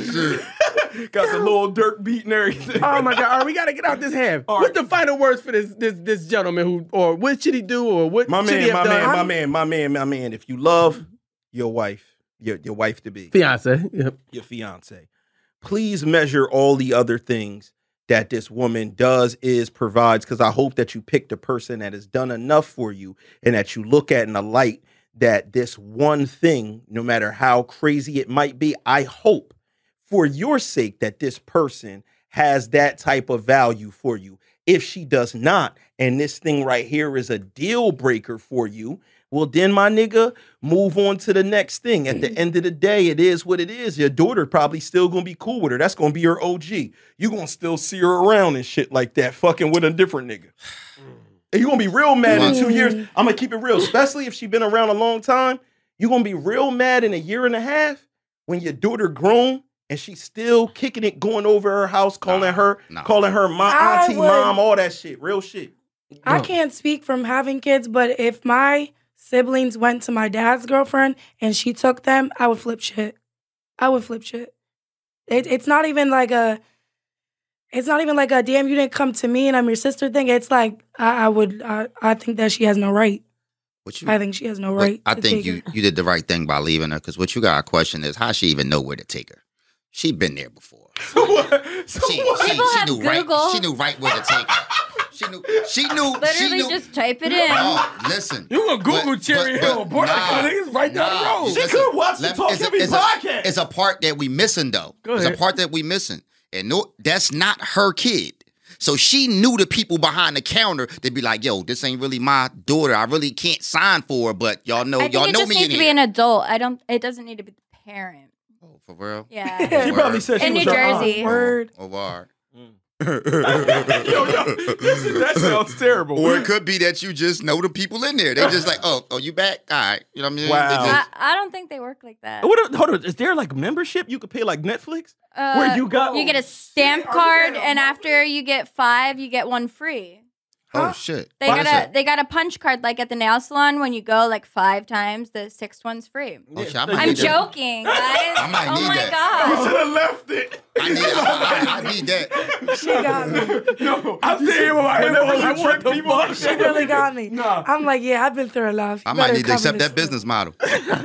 shit.
Got the little dirt beat and everything.
Oh my God! All right, we gotta get out this ham. What's the final words for this this this gentleman who, or what should he do, or what
My
should he
man, my
have done?
man, my man, my man, my man. If you love your wife, your your wife to be,
Fiance. Yep.
your fiance, please measure all the other things that this woman does, is, provides, because I hope that you pick the person that has done enough for you and that you look at in the light that this one thing, no matter how crazy it might be, I hope for your sake that this person has that type of value for you. If she does not, and this thing right here is a deal breaker for you, well, then, my nigga, move on to the next thing. At the end of the day, it is what it is. Your daughter probably still gonna be cool with her. That's gonna be your OG. you gonna still see her around and shit like that, fucking with a different nigga. And you gonna be real mad in two years. I'm gonna keep it real, especially if she's been around a long time. you gonna be real mad in a year and a half when your daughter grown and she's still kicking it, going over her house, calling
Nah,
her,
nah.
calling her my
I
auntie,
would-
mom, all that shit. Real shit.
I can't speak from having kids, but if my siblings went to my dad's girlfriend and she took them, I would flip shit. I would flip shit. It, it's not even like a. It's not even like a damn you didn't come to me and I'm your sister thing. It's like I, I would. I, I think that she has no right.
What you
I think she has no
But
right.
I
to
think
take
you
it.
you did the right thing by leaving her because what you got to question is how she even know where to take her. She been there before.
So what? So
She,
what?
she,
People
she
have
knew
Google.
right. She knew right where to take her. She knew. She knew. she
Literally
knew,
just type it in.
No, listen.
You gonna Google
But-
Cherry
but-
Hill
but
abortion
nah,
clinic? It's right down the
nah,
road. She
listen,
could watch the
let-
Talk
it's a-
Heavy
it's a-
podcast.
It's a part that we missing though. It's a
ahead.
part that we missing, and no, that's not her kid. So she knew the people behind the counter. They'd be like, "Yo, this ain't really my daughter. I really can't sign for her." But y'all know,
I think
y'all
it
know
just
me in
needs to be
here.
an adult. I don't it doesn't need to be the parent.
oh, for real.
Yeah.
She probably said she
In
was
New
your aunt.
Jersey.
Word.
Oh, word.
Yo, yo, listen, that sounds terrible.
Or it could be that you just know the people in there. They just like, oh, oh, you back? All right. You know what I mean? They
Wow.
just-
I, I don't think they work like that.
What, hold on, is there like membership you could pay like Netflix?
Uh,
Where you got-
you get a stamp card and after you get five you get one free.
oh shit.
They
Why
got
is
a
it?
they got a punch card like at the nail salon when you go like five times the sixth one's free.
Oh, shit, I might
I'm
need that.
joking, guys.
I might
oh
need
my
that.
god.
have left it.
I need, I, I- I need that.
She got me.
No, I'm sitting here with my head
Whenever you trick
the
people,
fuck.
She really got me.
Nah.
I'm like, yeah, I've been through a lot.
I might
You better
need to
cover
accept
this
that
for me.
business model.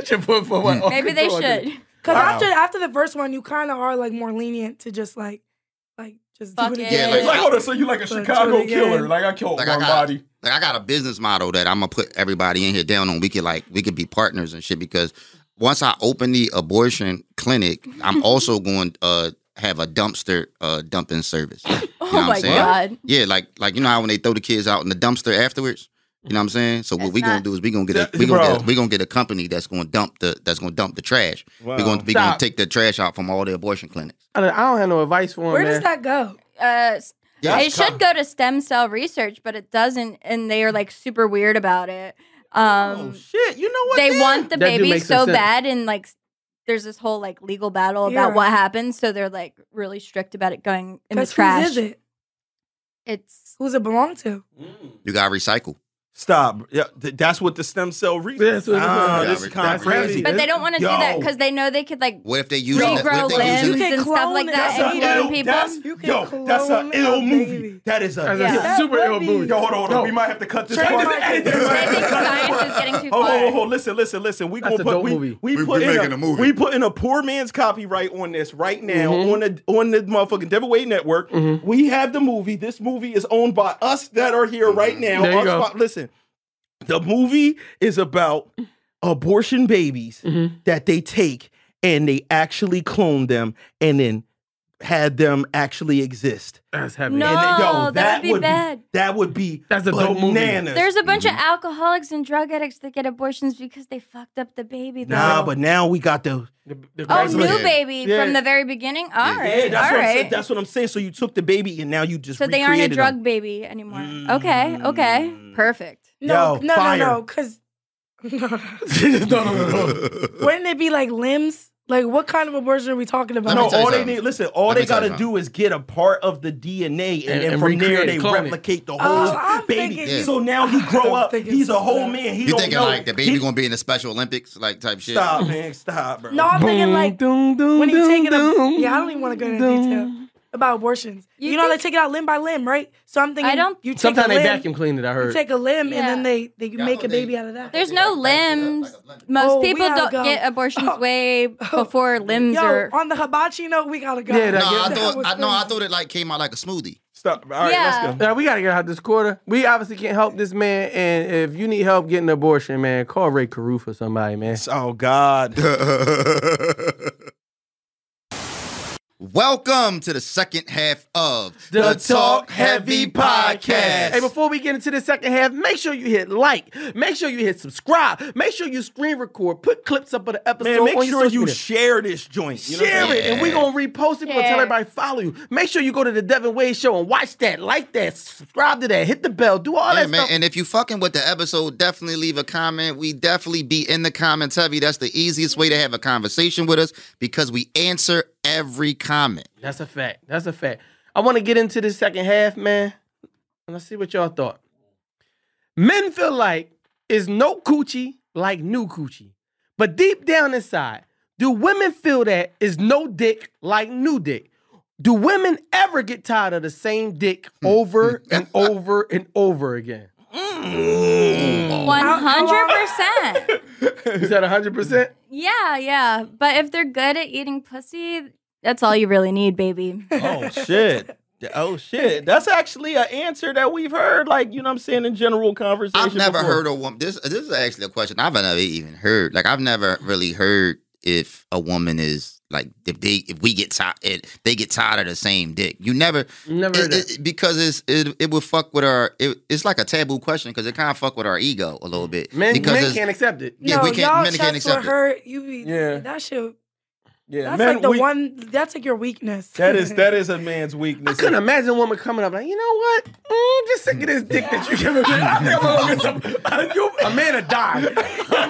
should put for
Hmm.
what?
Maybe they should.
Because
Wow.
after after the first one, you kind of are like more lenient to just like, like just do
Fuck
it
it.
again.
Yeah, like-
Like, hold on, so you like a
But
Chicago
do it again.
killer? Like I killed
Like, I
one
got-
body.
Like I got a business model that I'm gonna put everybody in here down on. We could like we could be partners and shit because once I open the abortion clinic, I'm also going uh have a dumpster uh dumping service. You know
Oh
what I'm
my
saying?
god.
Yeah, like like you know how when they throw the kids out in the dumpster afterwards. You know what I'm saying? So what
That's
we gonna
not-
do is we gonna get a
That-
we gonna get a,
bro.
we gonna get a company that's gonna dump the that's gonna dump the trash.
Wow.
We're gonna we gonna
Stop.
take the trash out from all the abortion clinics.
I don't I don't have no advice for him.
Where
man.
does that go?
Uh, s-
Yeah,
it should go to stem cell research, but it doesn't, and they are like super weird about it. Um,
Oh,
Oh, shit! You know
they want the
That do
baby
make some
so
sense.
bad, and like there's this whole like legal battle about
Yeah.
what happened, so they're like really strict about it going in the
Because
trash.
whose is it?
It's
Who's it belong to?
You got to recycle.
Stop. Yeah, th- that's what the stem cell research.
That's what it is.
ah,
Yeah,
this is
that's
kind of
crazy.
crazy.
but they don't want to do that
Yo.
because they know they could like
What if they use
regrow
what if they
limbs
using
You can
and stuff
clone
like
it.
that
That's
and
a
eat on
ill-
people.
That's,
You can
yo, that's an
clone
ill
a
movie.
baby.
That is a.
That's
Yeah.
a super
That
ill
would be-
movie.
Yo, hold on, hold on.
No.
We might have to cut this
Trademark
part.
it.
They think science is getting too
Hold on,
far.
hold on. Listen, listen, listen. We
That's
gonna
a
put
dope
we,
movie.
we
We-
put
we
in
making
a,
a movie.
We put in a poor man's copyright on this right now
Mhm.
on the on the motherfucking Devil Way Network.
Mhm.
We have the movie. This movie is owned by us that are here right now.
Mm-hmm. There you
Us
go.
by- listen, the movie is about abortion babies
Mhm.
that they take and they actually clone them and then had them actually exist.
That's heavy.
No,
And then- yo,
that,
that
would be
would be-
bad.
That would be
That's a dope movie.
bananas.
There's a bunch of
Mm-hmm.
alcoholics and drug addicts that get abortions because they fucked up the baby. Though.
nah, but now we got the
The, the
oh,
Craigslist.
new
Yeah.
baby
Yeah.
from the very beginning. All right,
Yeah, that's
all
what I'm saying.
right.
That's what I'm saying. So you took the baby and now you just
so they aren't a
recreated
drug
them.
baby anymore. Okay, okay, perfect.
No,
Yo,
no,
fire.
no, no, because
no, no, no, no.
wouldn't it be like limbs? Like what kind of abortion are we talking
Let
about?
me
No,
tell you
all they
something.
need. Listen, all
Let
they
me tell you
gotta do is get a part of the DNA, and,
And-
then
and
from there
recreate it,
they
clone it.
replicate the whole
Oh, I'm
baby.
thinking
you-
So now he grow
I'm
up.
thinking
He's a whole
something.
man. He
You
don't
thinking
know.
like the baby
He-
gonna be in the Special Olympics like type shit?
Stop, man. Stop, bro.
No, I'm thinking like
Dun, dun,
when you
dun,
take it up.
dun,
Yeah, I don't even want to go into
dun.
detail about abortions.
You
You, know
think-
they take it out limb by limb, right? So I'm thinking
I don't-
You take
Sometimes
a
they
limb,
vacuum clean it. I
You
heard.
take a limb and
Yeah.
then they they
I
make
know they-
a baby out of that.
There's no limbs. Most
Oh, we
people
gotta
don't
go.
get abortions
Oh.
way before limbs
Yo,
are.
on the hibachi note, we gotta go.
No,
Yeah, that-
I
That
thought
was
I, no, I
crazy.
thought it like came out like a smoothie.
Stop. All right,
Yeah.
let's go.
Now we gotta get out this quarter. We obviously can't help this man, and if you need help getting an abortion, man, call Ray Caruth or somebody, man.
Oh God.
Welcome to the second half of
The Talk Heavy Hey, before we get into the second half, make sure you hit like, make sure you hit subscribe, make sure you screen record, put clips up of the episode
Man, make
on your
sure
social
you
media.
share this joint. You know what I'm
Share
saying?
it, and we're gonna repost it. We're gonna tell
Yeah.
everybody to follow you. Make sure you go to the Devin Wade Show and watch that, like that, subscribe to that, hit the bell, do all
Yeah,
that
man.
stuff.
And if you fucking with the episode, definitely leave a comment. We definitely be in the comments heavy. That's the easiest way to have a conversation with us because we answer every comment.
That's a fact. That's a fact. I want to get into the second half, man. And Let's see what y'all thought. Men feel like is no coochie like new coochie. But deep down inside, do women feel that is no dick like new dick? Do women ever get tired of the same dick
Hmm.
over and over and over again?
One hundred percent.
Is that 100%?
Yeah, yeah. But if they're good at eating pussy, that's all you really need, baby.
Oh shit. Oh shit. That's actually an answer that we've heard, like, you know what I'm saying, in general conversation.
I've never
before.
heard a woman. This this is actually a question I've never even heard. Like I've never really heard if a woman is like if they if we get tired if they get tired of the same dick. You never
Never heard
it-
that.
it- because it's it, it would fuck with our it, it's like a taboo question because it kind of fuck with our ego a little bit.
Men,
because
men
it's-
can't accept it.
Yeah,
no,
we can't-
y'all
men can't
chest
accept
were
it.
hurt. You be
Yeah.
that shit.
Yeah.
That's
man,
like the
we-
one. That's like your weakness.
That is
that.
that is a man's
I
weakness.
couldn't imagine a woman coming up like, you know what? Mm, just sick of this dick that you giving me. I think I'm gonna get some. You, a man to die.
You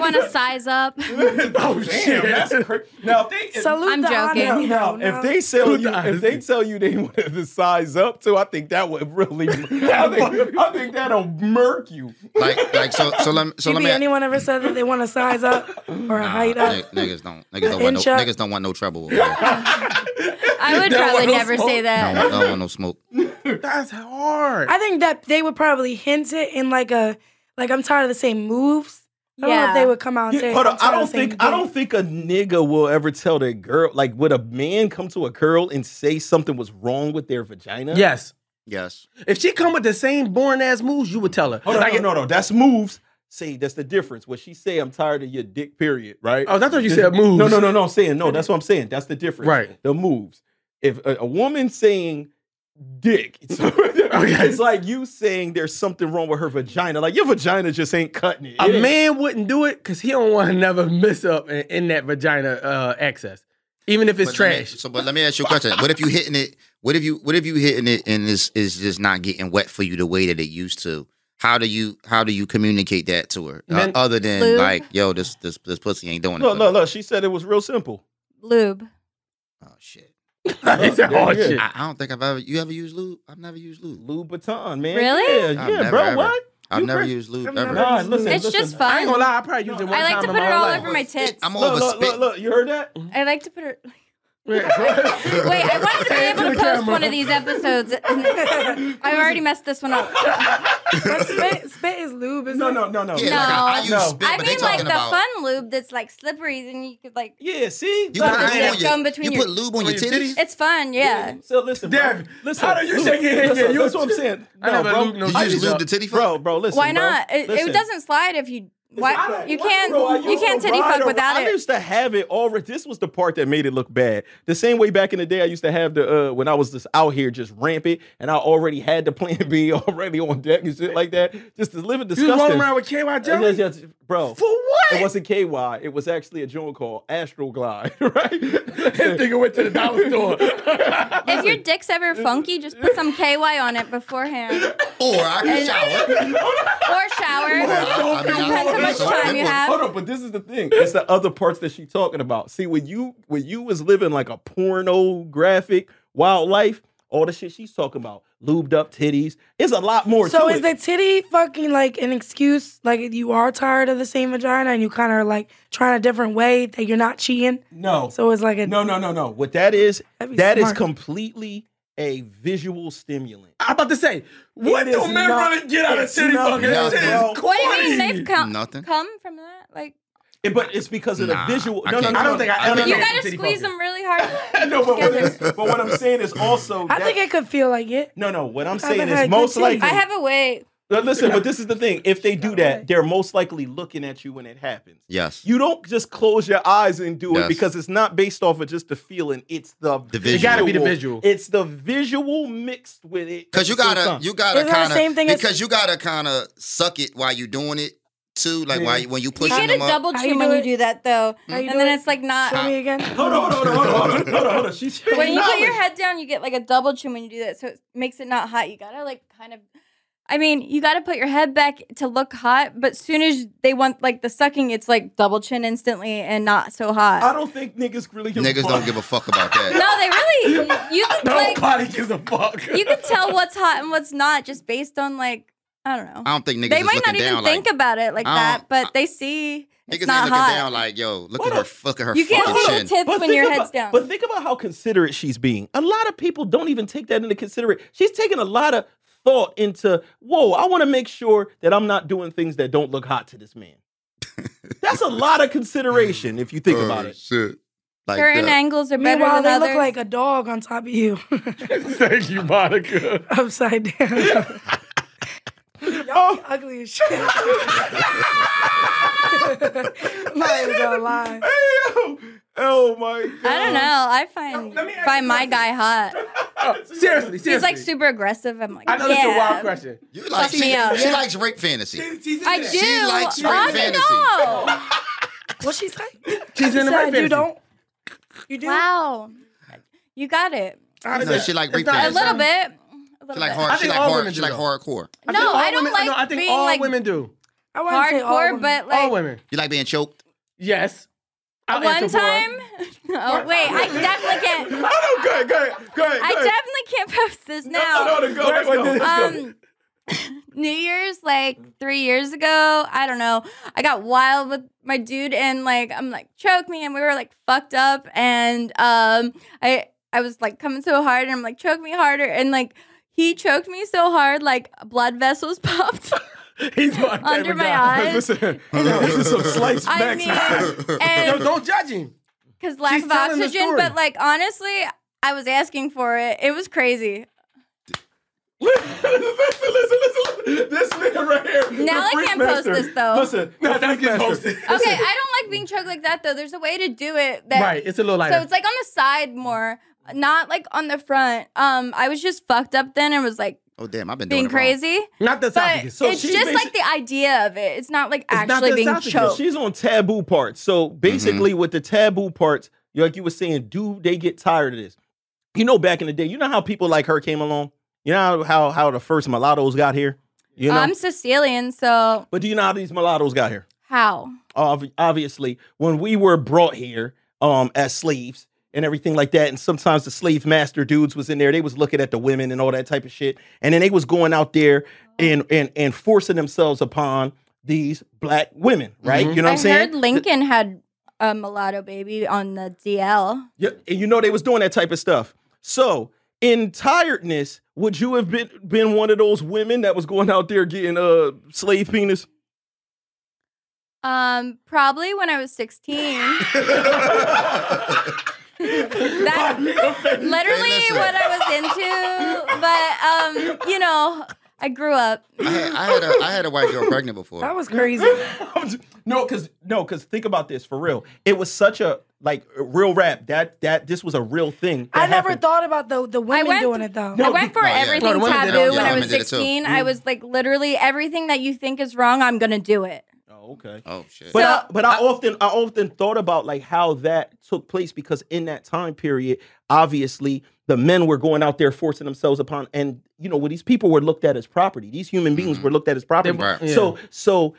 want to size up?
oh shit,
that's cra- now, if they,
Salute
I'm
the
joking.
honesty,
now,
though,
if
no.
they tell you,
Honesty.
if they tell you they wanted to size up too, I think that would really, I think, I think that'll murk you.
like like so so let me so
You
let
be
me
anyone ever said that they want to size up or a height
Nah, nigg-
up?
niggas don't niggas don't want no
Inch up.
niggas don't want no trouble. over there.
I would probably never say
I
that.
don't, I don't want no smoke.
That's hard.
I think that they would probably hint it in like a like I'm tired of the same moves. I don't know
Yeah.
if they would come out and say.
Hold
"I'm
on, I
tired of
don't
the same
think I
dick."
don't think a nigga will ever tell their girl like would a man come to a girl and say something was wrong with their vagina?
yes.
Yes.
If she come with the same boring ass moves, you would tell her.
Hold on,
Like,
no, no, no, that's moves. See, that's the difference. What she say, I'm tired of your dick. Period. Right?
Oh, that's what you
Just-
said, moves.
No, no, no, no. I'm saying no. That's what I'm saying. That's the difference.
Right.
The moves. If a, a woman saying dick, it's, it's like you saying there's something wrong with her vagina. Like your vagina just ain't cutting it.
A
It ain't-
man wouldn't do it because he don't want to never mess up in, in that vagina uh, access, even if it's
But let me-
trash.
so, but let me ask you a question. What if you hitting it? What if you what if you hitting it and it's is just not getting wet for you the way that it used to? How do you how do you communicate that to her uh,
Men-
other than
Lube?
like yo this this this pussy ain't doing it?
Look,
for
look,
me.
look. She said it was real simple.
Lube.
Oh shit!
it's
Yeah,
a hard
yeah.
shit.
I, I don't think I've ever you ever used lube. I've never used lube.
Lou Baton, man.
Really?
Yeah,
I've
yeah
never,
bro.
ever.
What?
I've
You
never
cra-
used lube
I've
ever.
never
Nah,
used
listen,
lube.
It's
listen.
just
I ain't
fun.
gonna lie, I probably used it one
I like
time
to
in
put
my
it all
life.
over my tits.
I'm
Look,
over
look, look, look. You heard that?
Mm-hmm.
I like to put it.
Yeah.
Wait, I wanted to be
Say it to
able to
the
post
camera.
one of these episodes. I've already messed this one up.
But spit, spit is lube, isn't
No,
it?
no, no, no.
Yeah,
No.
like I, I use
No.
spit,
I
but they
mean, like
talking
the
about
fun lube that's like slippery, and you could like.
Yeah, see?
you
Look,
put
I
lube
ain't
on
gum
your
between
you
your-
put lube on your
between your
titties.
titties?
It's fun, yeah.
So listen, bro.
Dev,
listen.
how do you shake your hand?
Listen,
Yeah, you-
that's what I'm saying.
I
No,
never
bro.
lubed no
You
I
use
just-
lube the titty fuck?
Bro, bro, listen.
Why
bro.
not? It, it
Listen.
doesn't slide if you.
I
Why
don't-
you
why-
can't
bro, I
you
used
can't
to
titty
ride
fuck without
around- I
it.
used to have it already. This was the part that made it look bad. The same way back in the day, I used to have the uh, when I was just out here just rampant, and I already had the plan B already on deck and shit like that. Just to live it
You was rolling
disgusting.
around with KY
Yeah,
jelly?
yeah, yeah, bro.
For what?
It wasn't KY. It was actually a joint called Astral Glide, right?
This nigga went to the dollar store.
If your dick's ever funky, just put some KY on it beforehand
Or I can shower.
or shower. Depends how much time you have.
Hold on, but this is the thing. It's the other parts that she's talking about. See, when you when you was living like a porno graphic wildlife, all the shit she's talking about, lubed up titties, it's a lot more.
So
to
is
it.
the titty fucking like an excuse? Like you are tired of the same vagina and you kind of are like trying a different way that you're not cheating.
no?
So it's like a
no, no, no, no. What that is, that
That'd
is
be smart.
completely a visual stimulant.
I'm about to say, what
It
do
is
men
not-
really get out of
it's
titty
not-
fucking?
no,
That shit
bro.
is
What do you mean
corny.
they've come
Nothing.
come from that? Like
It- but it's because of
Nah,
the visual.
I
No, no,
can't.
no,
I don't
no.
think I ever
no,
you
Yeah,
gotta
titty
squeeze
fucking.
them really hard.
no, but what,
together.
but what I'm saying is also.
I
that-
think it could feel like it.
no, no. What I'm
I've
saying is
had
most
good titties.
likely.
I have a way.
Now, listen, but this is the thing. If they do that, they're most likely looking at you when it happens.
Yes.
You don't just close your eyes and do
Yes.
it because it's not based off of just the feeling. It's the,
The visual. It gotta
be the visual.
It's the visual mixed with it.
Cause you gotta, you gotta
Isn't that the
kind
same
of,
thing as-
because you gotta kind of suck it while you're doing it too. Like while you, when you
You
push
get a
them up.
double
How
chin
you
when
do
you
it?
do that though,
How you
and
do
then
it?
it's like not.
Show me again.
Hold on, hold on, hold on, hold on, hold on, hold on. She's
When you put your
knowledge.
head down, you get like a double chin when you do that, so it makes it not hot. You gotta like kind of. I mean, you gotta put your head back to look hot, but soon as they want like the sucking, it's like double chin instantly and not so hot.
I don't think niggas really give a
Niggas
fuck.
don't give a fuck about that.
no, they really. You can like
Nobody gives a fuck.
you can tell what's hot and what's not just based on like I don't know.
I don't think niggas
they
is
might
looking
not even
down
think
like
about it like
I
that,
don't-
but they see
niggas
it's
ain't
not
looking
hot.
down like yo, look
What
at her,
a-
fuck at her
you can't see
fucking
the
chin.
tits when
think
your
about,
head's down.
But think about how considerate she's being. A lot of people don't even take that into consideration. She's taking a lot of thought into, whoa, I want to make sure that I'm not doing things that don't look hot to this man. That's a lot of consideration if you think
Oh,
about it.
shit. Like
Certain
that.
angles are better
Meanwhile,
than
they
others.
look like a dog on top of you,
Thank you, Monica.
upside down.
Oh,
Ugly as shit. I'm not even gonna lie.
Hey, yo. oh my god.
I don't know. I find
Let me ask
find
you
my
something.
guy hot.
Oh, Seriously, seriously.
He's like super aggressive. I'm like,
I know
yeah.
this is a wild question.
You like
Fuck me uh,
she,
up.
she likes rape fantasy.
I do.
She likes rape
I
fantasy.
know.
What she say?
She's
She
in the
said
right
you don't. You do.
Wow, you got it
No, she like rape
a
fantasy.
little bit. A little
She like
bit.
hard.
I
She
think
like
all
hard.
women
She
do
like
though.
hardcore.
No,
think all
I don't
women-
like
no, I think
being
all
like
women do.
I wouldn't say all
hardcore,
women.
but like
all women.
You like being choked.
Yes. I'll
one
answer for her.
time. Oh wait, I definitely can't.
I don't go ahead, go ahead, go ahead,
I
go ahead.
definitely can't post this
I
now.
don't wanna go, let's go, let's go.
Um, New Year's like three years ago. I don't know. I got wild with my dude, and like I'm like choke me, and we were like fucked up, and um, I I was like coming so hard, and I'm like choke me harder, and like he choked me so hard, like blood vessels popped.
He's my
Um,
type
Under
of
my
guy.
eyes.
Listen, this is some slight
I
smacks.
mean,
Yo,
and
don't judge him.
because lack
She's
of
telling the
oxygen.
story.
But like honestly, I was asking for it. It was crazy.
Listen, listen, listen, listen. This nigga right here.
Now
the
I
freak
can't post
master.
this, though.
Listen,
No,
the
that's
freak
been
master.
posted.
Okay, I don't like being choked like that though. There's a way to do it. That,
Right, it's a little lighter.
So it's like on the side more, not like on the front. Um, I was just fucked up then and was like
Oh damn, I've been doing
being
it wrong.
crazy.
Not the
But
topic. So
it's
she
just
basi-
like the idea of it. It's not like
not
actually
the
being
esophagus.
choked.
She's on taboo parts. So basically, with the taboo parts, like you were saying, do they get tired of this? You know, back in the day, you know how people like her came along. You know how how, how the first mulattoes got here. You know.
I'm Sicilian, so
but do you know how these mulattoes got here?
how?
Ob- obviously, when we were brought here um, as slaves and everything like that, and sometimes the slave master dudes was in there. They was looking at the women and all that type of shit, and then they was going out there
Oh.
and and and forcing themselves upon these black women, right? You know what
Mm-hmm. I
I'm saying?
heard Lincoln had a mulatto baby on the DL.
Yeah, and you know they was doing that type of stuff. So in tiredness, would you have been been one of those women that was going out there getting uh slave penis?
Um, probably when I was 16. That- literally
Hey, listen.
what I was into, but um, you know, I grew up.
I had, I had a I had a white girl pregnant before.
That was crazy.
I'm just- no, cause no, cause think about this for real. It was such a like a real rap that that this was a real thing. that
I never
happened.
thought about the the women
went-
doing it though.
I went for
Oh, yeah.
everything
Well, the women did it
taboo
all.
when
Yeah,
I was
women did it too.
16. I was like literally everything that you think is wrong, I'm gonna do it.
Oh, okay.
oh shit.
But
So-
I, but I often I often thought about like how that took place because in that time period, obviously the men were going out there forcing themselves upon, and you know, well, these people were looked at as property. These human beings were looked at as property.
Right.
yeah.
So so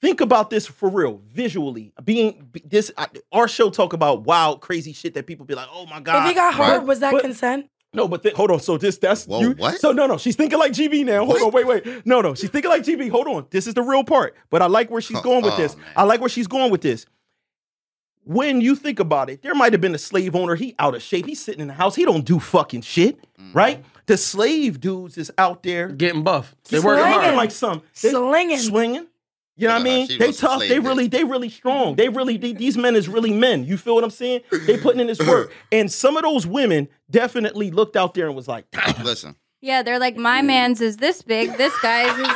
think about this for real, visually. Being be- this, I, our show talk about wild, crazy shit that people be like, oh my god.
if he got
Right.
hard, was that
But-
consent?
no, but thi- hold on. So this that's
Whoa,
you.
what?
So no, no, she's thinking like GB now. Hold on, wait, wait. No, no, she's thinking like GB. Hold on. This is the real part. But I like where she's
Oh,
going with
oh,
this.
man.
I like where she's going with this. When you think about it, there might have been a slave owner. He out of shape. He's sitting in the house. He don't do fucking shit,
Mm. Mm-hmm.
right? The slave dudes is out there
Getting buff. They
Just
working
like it.
hard.
swinging like some They-
Slinging.
swinging. You know what I
Yeah,
mean?
she
They
was a
tough.
slave
They
bitch.
really, they really strong. They really, they- these men is really men. You feel what I'm saying? They putting in this work. And some of those women definitely looked out there and was like,
Listen.
Yeah, they're like,
Mm.
my man's is this big, this guy's is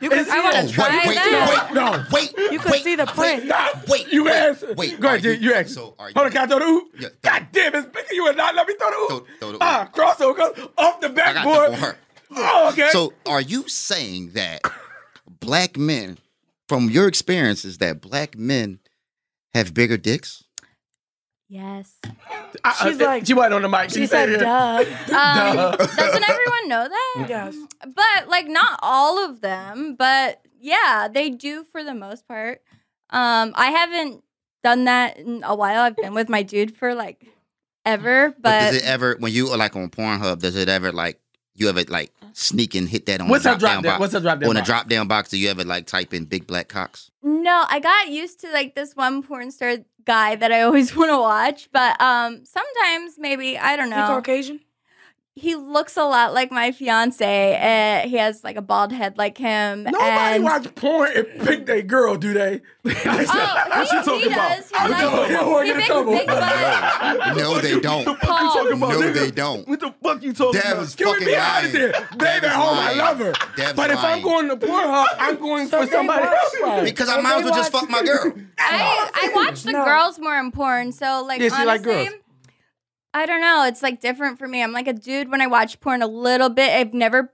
You can see
I wanna
it.
Wait,
Try
wait,
that.
wait, no, wait.
You could
wait,
see the
wait,
print.
Stop.
Wait,
You
wait,
asked.
wait,
Go
are
ahead, Jay,
you-
you asked.
so are
Hold on,
you-
can I throw the oop?
Yeah, throw-
God damn it, Speaker, you would not let me throw the oop.
Throw- throw the
Ah,
oop.
crossover, cross off the
I got
backboard.
that for her.
Oh, okay.
So, are you saying that black men, from your experiences, that black men have bigger dicks?
yes.
I- I-
she's like-
she went on the mic.
She said, "Duh."
Um, doesn't everyone know that? Mm,
Yes.
But like not all of them, but yeah, they do for the most part. Um, I haven't done that in a while. I've been with my dude for like ever, but,
does it ever, when you are like on Pornhub, does it ever like you ever like sneak and hit that on
What's
the
her
drop
drop
down
down?
box?
What's her drop down?
on the
box?
drop down box, do you ever like type in big black cocks?
no, I got used to like this one porn star guy that I always want to watch, but um, sometimes maybe I don't
He
know.
Caucasian.
He looks a lot like my fiance. Uh, he has like a bald head like him.
Nobody
and-
watch porn and pick their girl, do they?
Oh, he,
talking
he
about?
does. He
I'm
likes-
talking about-
he
I'm
big,
talking
big butt.
No, they
The
don't.
fuck you talking about,
No,
nigga?
they don't.
What the fuck you talking
That
about?
was
Can we
fucking
be
lying.
honest here?
That
Baby,
is
at home, I
lying.
love her.
That's
but if
lying.
I'm going to Pornhub, I'm going for
they
somebody
watch
else.
porn.
because I might as well just fuck my girl.
I, I watch the
No.
girls more in porn. So like
Yeah, she
honestly,
like girls.
I don't know. It's like different for me. I'm like a dude when I watch porn a little bit. I've never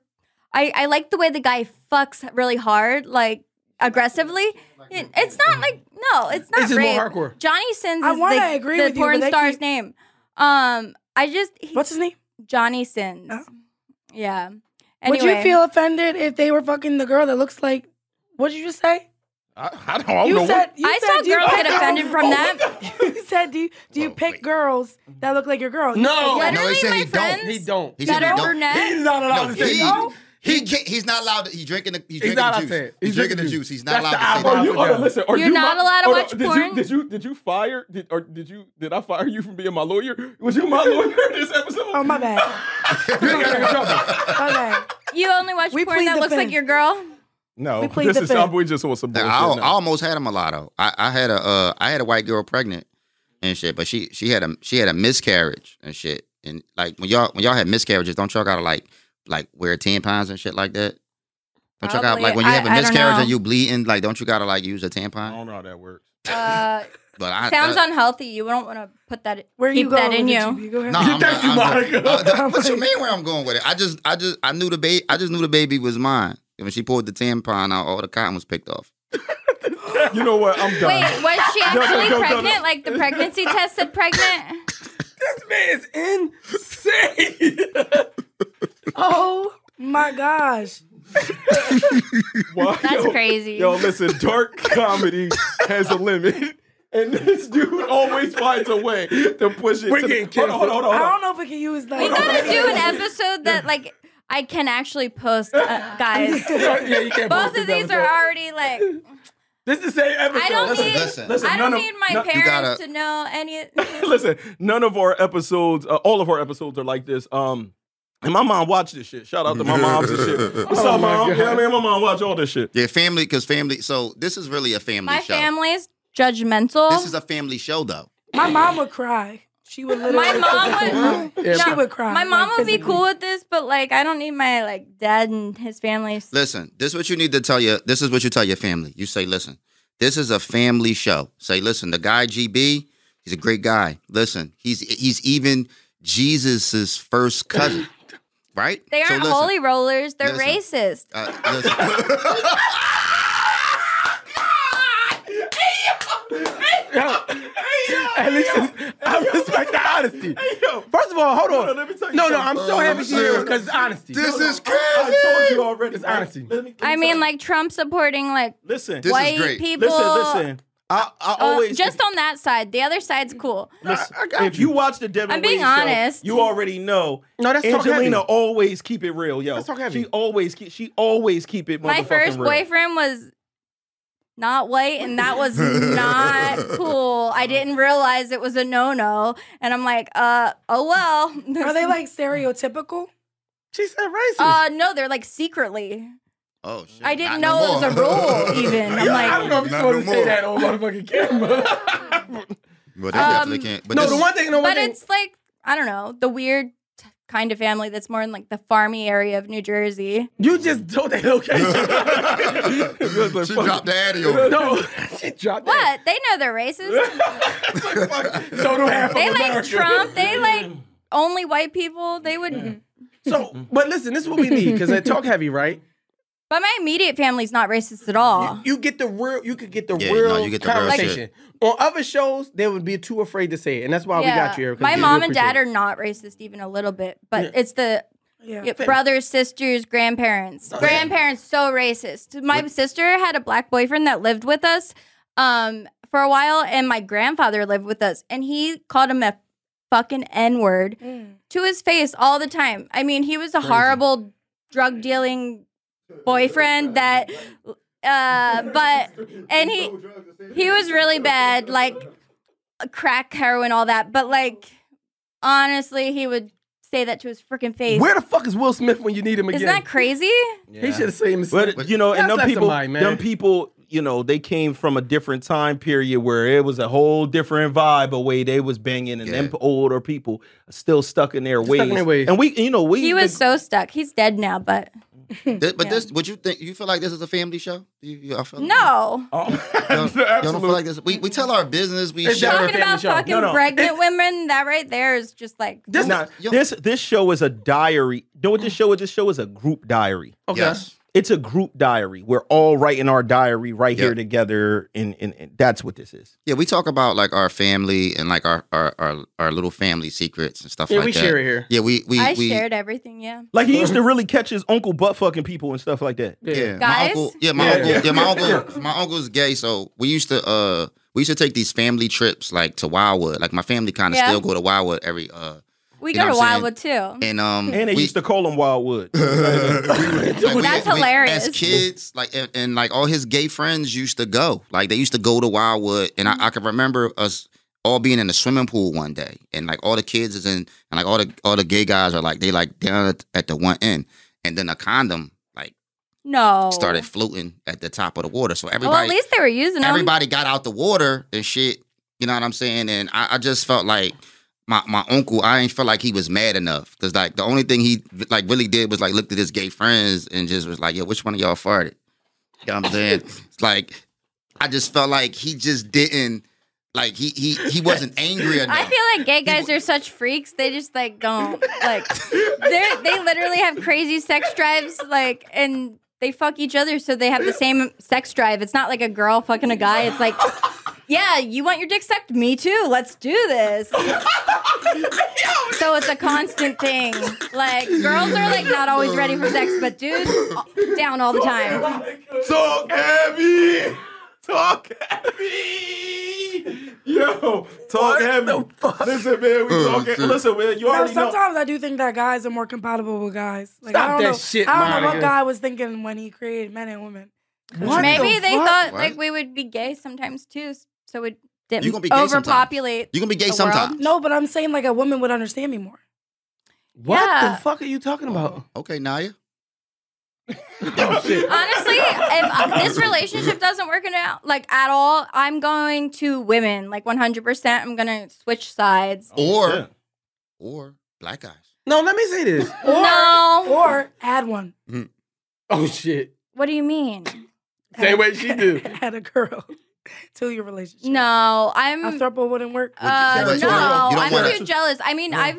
I, I like the way the guy fucks really hard, like aggressively. It- it's not like no, it's not
It's just
rape.
more hardcore.
Johnny Sins
I
is
wanna
the,
agree
the
with you, but
porn
they
star's
keep-
name. Um I just he,
What's his name?
Johnny Sins.
Oh.
Yeah. Anyway.
Would you feel offended if they were fucking the girl that looks like? What did you just say?
I, I don't, I
Oh,
don't
You
know. what-
said you
I
said
saw
do you
girls
pick
get offended from that.
you said do you, do you
Whoa,
pick
wait.
girls that look like your girl? You
No.
No,
Literally
he said
my
he
friends
don't.
He don't.
He
that
said
are
he don't.
brunette.
He's not allowed
No,
to say
he,
no.
he can't. He's not allowed. To, he's drinking the. He's
He's
drinking
not
the
allowed to
juice.
say it.
He's, drinking the juice. He's not allowed
That's the
to
Oh,
say
eyeball.
that.
you, hold on, listen. Are
You're
you
not
my-
allowed to
hold
watch
on, did
porn?
You, did you did you fire? Did, or did you did I fire you from being my lawyer? Was you my lawyer in this episode?
Oh my bad. my bad.
You only watch
We
porn
plead
that
the
looks like
fifth.
your girl?
no,
We plead
this
the
is
fifth.
our boy just on some bullshit.
I, I
now.
almost had a mulatto. I, I had a uh, I had a white girl pregnant and shit, but she she had a she had a miscarriage and shit. And like when y'all when y'all had miscarriages, don't y'all gotta like like wear tampons and shit like that? Don't y'all gotta
Probably.
like when you
Uh, I-
have a
I don't
miscarriage
know.
and you bleeding, like don't you gotta like use a
I
tampon?
don't know how that works.
Uh,
But I
sounds
uh,
unhealthy. You don't want to put that.
Where
keep
you going?
that in
with it,
you.
GB? Go ahead.
No, I'm,
Thank you,
I'm,
Monica.
uh, the- what you mean where I'm going with it? I just, I just, I knew the baby. I just knew the baby was mine. And when she pulled the tampon out, all the cotton was picked off.
You know what? I'm done.
Wait, was she
no,
actually
no, no, no.
pregnant? Like the pregnancy test said pregnant?
This man is insane.
Oh my gosh.
Wow,
That's
yo,
crazy.
Yo, listen, dark comedy has a limit. And this dude always finds a way to push it.
We're
to
getting
hold on, hold on, hold
I
on.
don't know if we can use that.
We gotta do an episode that like I can actually post, uh, guys.
yeah, you can't
Both
post
of
this
these are
episode.
already like
This is the same episode.
I don't
Listen,
need.
listen.
Listen,
I
none
don't
of-
need my
none-
parents
gotta-
to know any.
Listen, none of our episodes, uh, all of our episodes are like this. Um, and my mom watched this shit. Shout out to my mom's and shit. What's
Oh
up,
my
mom?
God.
Yeah, man, my mom watch all this shit.
Yeah, family, because family. So this is really a family
My
show.
family's jjudgmental.
This is a family show, though.
My mom would cry. She would literally.
My mom
would-
she
Yeah.
would cry.
my mom
like,
would be
physically.
cool with this, but like I don't need my like dad and his family.
Listen, this is what you need to tell your. This is what you tell your family. You say, listen, this is a family show. Say, listen, the guy GB, he's a great guy. Listen, he's he's even Jesus's first cousin, right?
They
So
aren't
listen,
holy rollers. They're
Listen.
racist.
Uh, listen,
At least it's- I respect the honesty. First of all, hold on.
let me tell you
No, no, I'm
something.
so happy you're here because it's honesty.
this is
I told
crazy.
you already.
It's
right?
honesty.
Let me- let me
I
tell
mean,
you.
like Trump supporting like
listen,
This is
white
great.
people.
listen, listen. I, I
uh,
always
just on that side. The other side's cool.
Listen,
I- I got
if
you.
you watch the Devin
I'm being
Wade show,
honest.
you already know.
No, that's talk
Angelina
heavy.
always keep it real, yo.
That's talk heavy.
She always keep she always keep it.
My
motherfucking
first
real.
boyfriend was not white, and that was not cool. I didn't realize it was a no-no, and I'm like, uh, oh well.
Are they like stereotypical?
She said racist.
Uh, no, they're like secretly.
Oh shit!
I
Not
didn't
no
know it was a
more.
rule even. I'm
Yeah,
like,
I don't know if you're
Not
supposed
no
to say
more.
that on motherfucking camera.
Well, they
Um,
definitely can't. But
no,
this
the
is-
one thing, no one
but
thing.
it's like I don't know the weird t- kind of family that's more in like the farmy area of New Jersey.
You just told that location.
she dropped the addy on me.
no, she dropped that.
What? They know they're racist.
So do half
they
of
like
America.
Trump. They like only white people. They would.
Mm-hmm.
So, but listen, this is what we need because at Talk Heavy, right?
But my immediate family's not racist at all.
You get the real. You could get the
Yeah,
real
no, you get the real
conversation. On other shows, they would be too afraid to say it, and that's why we got you here. 'cause
my
we
mom and
appreciate
dad
it.
are not racist even a little bit, but it's the
Yeah.
yeah, brothers, sisters, grandparents. Grandparents so racist. My sister had a black boyfriend that lived with us um for a while and my grandfather lived with us and he called him a fucking n-word
Mm.
to his face all the time. I mean, he was a horrible drug dealing boyfriend that uh but and he he was really bad like crack heroin all that but like honestly he would say that to his freaking face
Where the fuck is Will Smith when you need him again?
isn't that crazy?
He should have seen him.
But you know, and
That's
them
not
people,
somebody, man.
them people, you know, they came from a different time period where it was a whole different vibe of way they was banging, and them
Yeah.
older people still stuck in their ways.
in their ways.
And we, you know, we
He was
the-
so stuck. He's dead now, but
Th- but this, would you think? You feel like this is a family show? You, you, I feel
no.
Oh, um,
Y'all, y'all don't feel like this. We, we tell our business. We
It's
share.
not-
Talking about
family show.
fucking
No, no.
pregnant women, that right there is just like
this,
Nah,
Yo-
this this show is a diary. Know what this show is? This show is a group diary.
okay.
Yes.
It's a group diary. We're all writing our diary right here
Yeah.
together, and, and and that's what this is.
Yeah, we talk about like our family and like our our our, our little family secrets and stuff
Yeah,
like
we
that.
share it here.
Yeah, we we
I
we
shared everything, yeah.
Like he used to really catch his uncle butt fucking people and stuff like that.
yeah. My
Guys?
uncle, yeah, my
Yeah.
uncle, yeah, my uncle, my uncle's gay, so we used to uh we used to take these family trips like to Wildwood. Like my family kind of
Yeah.
still go to Wildwood every uh
We
You know
go to
what I'm
Wildwood too.
and um
And they
we,
used to call him Wildwood.
like, we-
That's
we-
hilarious.
As kids, like and, and like all his gay friends used to go. Like they used to go to Wildwood, and I, I can remember us all being in the swimming pool one day, and like all the kids is in, and like all the all the gay guys are like they like down at, at the one end, and then a condom like
No.
started floating at the top of the water, so
Oh. Well, at
everybody
least they were using them.
everybody got out the water and shit. You know what I'm saying? And I, I just felt like my, my uncle, I ain't felt like he was mad enough. Cause like the only thing he like really did was like looked at his gay friends and just was like, yo, which one of y'all farted? You know what I'm saying? it's like I just felt like he just didn't like he he he wasn't angry enough.
I feel like gay guys are such freaks. They just like don't like they they literally have crazy sex drives like and they fuck each other so they have the same sex drive. It's not like a girl fucking a guy. It's like yeah, you want your dick sucked? Me too. Let's do this. so it's a constant thing. Like girls are like not always ready for sex, but dudes down all the time.
Talk heavy. Talk heavy. Yo, talk heavy. Listen, man, we
Mm,
Oh,
talking.
shit.
Listen, man, you
No,
already know.
sometimes I do think that guys are more compatible with guys. Like,
Stop
I don't
that
know,
shit,
I don't know
Monica.
what God was thinking when he created men and women.
Maybe they thought
What?
like we would be gay sometimes too, so it
You
didn't
gonna be gay sometime.
overpopulate.
You gonna be gay
The
sometime.
No, but I'm saying like a woman would understand me more.
What
Yeah.
the fuck are you talking about?
Okay, Naya.
Oh,
Honestly, if uh, this relationship doesn't work it out like at all, I'm going to women like 100%. I'm gonna switch sides.
or
shit.
or black guys.
No, let me say this.
Or,
no.
Or add one.
Oh shit.
what do you mean?
Say what she do.
add a girl to your relationship.
No,
A
I'm.
throuple wouldn't work.
Uh,
But you don't-
no,
you don't
I'm
wanna-
too jealous. I mean, I've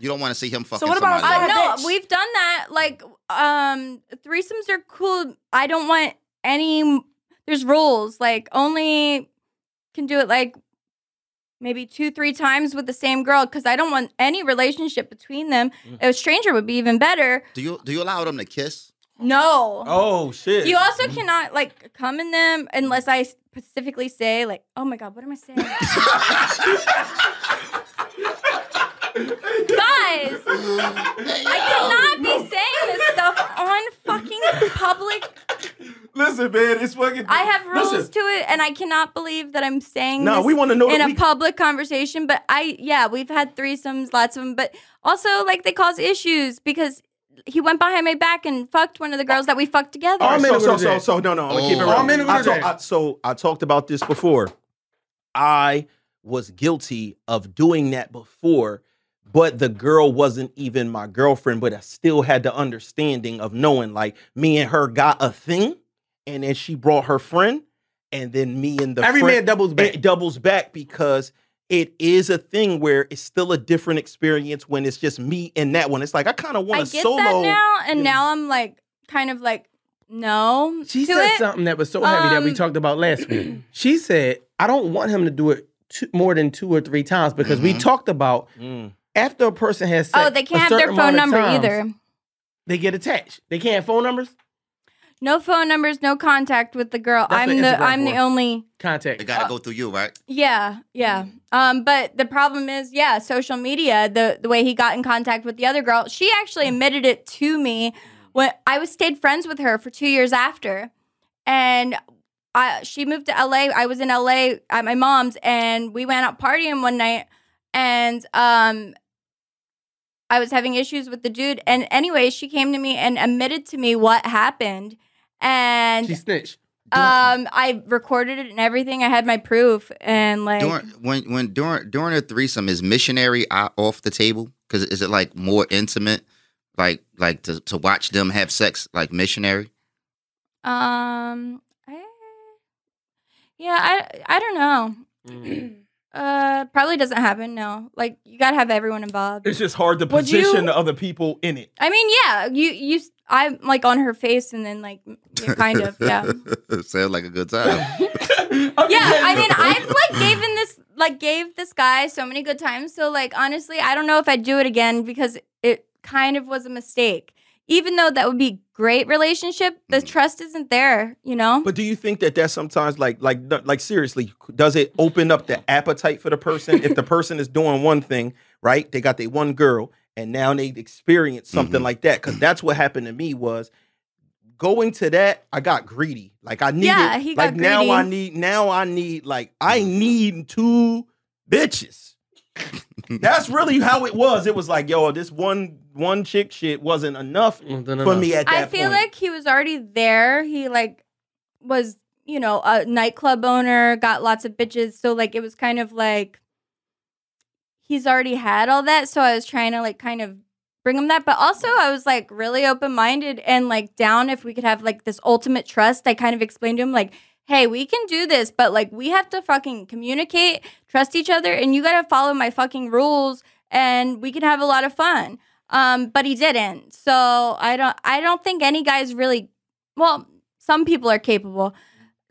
You don't want to see him fucking
what about
somebody.
a
I,
else.
side-
no,
bitch.
we've done that. Like, um, threesomes are cool. I don't want any. There's rules. Like, only can do it like maybe two, three times with the same girl because I don't want any relationship between them. A stranger would be even better.
Do you do you allow them to kiss?
No.
Oh shit.
You also cannot like come in them unless I specifically say like, oh my god, what am I saying? Guys, I cannot be saying this stuff on fucking public.
Listen, man, it's fucking.
I have rules
Listen,
to it, and I cannot believe that I'm saying
No,
this
we wanna know
in
that
a
we-
public conversation. But I, yeah, we've had threesomes, lots of them, but also like they cause issues because he went behind my back and fucked one of the girls that we fucked together.
All men
so,
are
so,
gonna
so,
do
so, no, no, I'm gonna keep it
Oh.
real.
All men
are gonna
I
do
talk-
that.
I- so I talked about this before. I was guilty of doing that before, but the girl wasn't even my girlfriend, but I still had the understanding of knowing like me and her got a thing, and then she brought her friend, and then me and the
Every
friend,
man doubles back.
it doubles back because it is a thing where it's still a different experience when it's just me and that one. It's like I kind of want
I
to
get
solo.
that now, and
Yeah.
now I'm like kind of like no
She
to
said
it.
something that was so heavy that we
Um,
talked about last week. She said, I don't want him to do it two, more than two or three times because we
Mhm.
talked about
Mm.
after a person has sex.
oh, they
a
can't have their
certain
phone
amount of
number
times,
either.
They get attached. They can't have phone numbers?
No phone numbers, no contact with the girl.
That's
I'm the
what Instagram
I'm
for.
the only.
They
Contact.
Uh,
gotta go through you, right?
Yeah, yeah. Um, but the problem is, yeah, social media. The the way he got in contact with the other girl, she actually admitted it to me when I was stayed friends with her for two years after, and I she moved to LA. I was in LA at my mom's, and we went out partying one night, and um, I was having issues with the dude. And anyway, she came to me and admitted to me what happened, and
She snitched.
um, I recorded it and everything. I had my proof and like
During when when during during a threesome is missionary o- off the table because is it like more intimate, like like to, to watch them have sex like missionary?
um, I, yeah, I I don't know. Uh, probably doesn't happen. No, like you gotta have everyone involved.
It's just hard to
Would you-
position the other people in it.
I mean, yeah, you you s- I'm like on her face and then like yeah, kind of yeah.
Sounds like a good time.
Yeah, I mean, I've like given this like gave this guy so many good times. So like honestly, I don't know if I'd do it again because it kind of was a mistake. Even though that would be great relationship, the
Mhm.
trust isn't there, you know?
But do you think that that's sometimes like like like seriously does it open up the appetite for the person if the person is doing one thing right they got their one girl and now they experience something
Mm-hmm.
Mhm.
like that because that's what happened to me was going to that I got greedy like I needed
Yeah, he got
like now I
greedy.
need now I need like I need two bitches that's really how it was it was like yo this one one chick shit wasn't enough
Mm,
for me at that
I feel
point.
like he was already there. He like was, you know, a nightclub owner, got lots of bitches, so like it was kind of like he's already had all that, so I was trying to like kind of bring him that, but also I was like really open-minded and like down if we could have like this ultimate trust. I kind of explained to him like Hey, we can do this, but like we have to fucking communicate, trust each other, and you gotta follow my fucking rules, and we can have a lot of fun um, but he didn't. So I don't. I don't think any guys really. Well, some people are capable.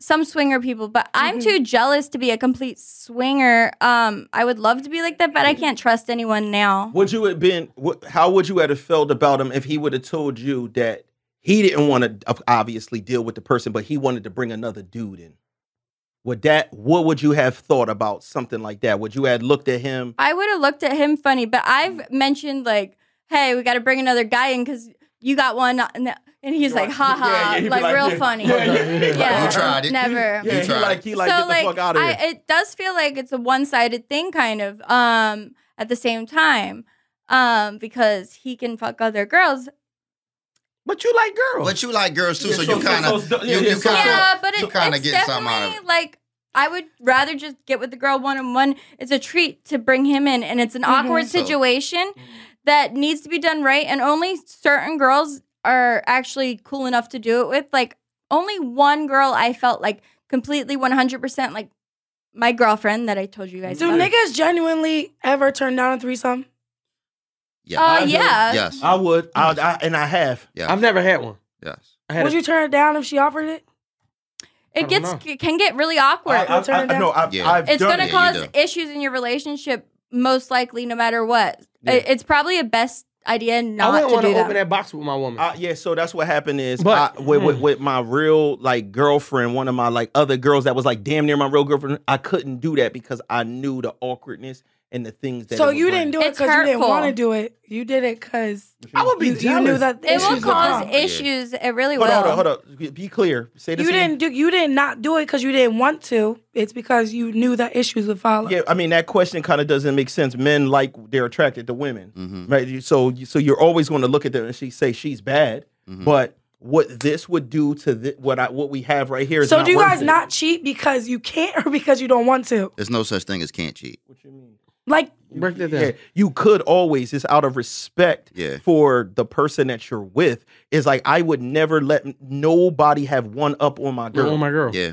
some swinger people, but I'm
Mm-hmm.
too jealous to be a complete swinger. Um, I would love to be like that, but I can't trust anyone now.
Would you have been? What, how would you have felt about him if he would have told you that he didn't want to obviously deal with the person, but he wanted to bring another dude in? Would that? What would you have thought about something like that? Would you have looked at him?
I would have looked at him funny, but
Mm.
I've mentioned like, "Hey, we got to bring another guy in because you got one," and and he's like, "Ha ha,"
yeah, he'd be
like,
like,
real
yeah,
funny.
yeah, yeah, yeah.
You tried it.
Never.
Yeah,
Yeah,
he
he
tried.
like he like get the fuck out of here.
I, it does feel like it's a one-sided thing, kind of. Um, at the same time, um, because he can fuck other girls.
But you like girls.
But you like girls too,
Yeah,
so,
so-
you kind of
so- so-
you,
yeah,
you
so-
kind of
yeah, but it,
you
it's
kind of
definitely
get some out of it.
like I would rather just get with the girl one on one. It's a treat to bring him in, and it's an awkward
So-
situation
Mm-hmm.
that needs to be done right, and only certain girls are actually cool enough to do it with. Like only one girl, I felt like completely one hundred percent like my girlfriend that I told you guys.
Do
about.
niggas genuinely ever turn down a threesome?
Yeah.
Uh,
I do.
yeah.
yes.
I would. I, I and I have.
yes.
I've never had one.
yes.
I had
Would
a-
you turn it down if she offered it?
It
don't
gets
know.
c- can get really awkward.
I, I,
Turn it
I,
down.
no, I've,
Yeah.
I've
it's
done
going to
it.
it.
Yeah, you
cause
do.
issues in your relationship most likely no matter what
Yeah.
It- it's probably a best idea
I
not
wouldn't
to
want to
do that
open that box with my woman.
Uh, yeah, so that's what happened is
But-
I, with, with, with my real like girlfriend, one of my like other girls that was like damn near my real girlfriend. I couldn't do that because I knew the awkwardness and the things that.
so you didn't do it
It's
because you didn't
hurtful.
want to do it. You did it because
I would be
you, you knew
jealous.
that
it will
issues would
cause
come.
Yeah.
issues it really
Hold
will
on, hold on, hold on. Be clear. Say this.
You
again.
didn't do. You did not do it because you didn't want to. It's because you knew that issues would follow.
Yeah, I mean that question kind of doesn't make sense. Men like they're attracted to women,
Mhm.
right? You- So you- so you're always going to look at them and she say she's bad, but what this would do to thi- what I what we have right here is
So
not
do you
worth
guys
it.
not cheat because you can't or because you don't want to?
There's no such thing as can't cheat.
What you mean?
Like
Break that down.
Yeah, you could always. It's out of respect
Yeah.
for the person that you're with. Is like I would never let m- nobody have one up on my girl.
Oh my girl.
Yeah.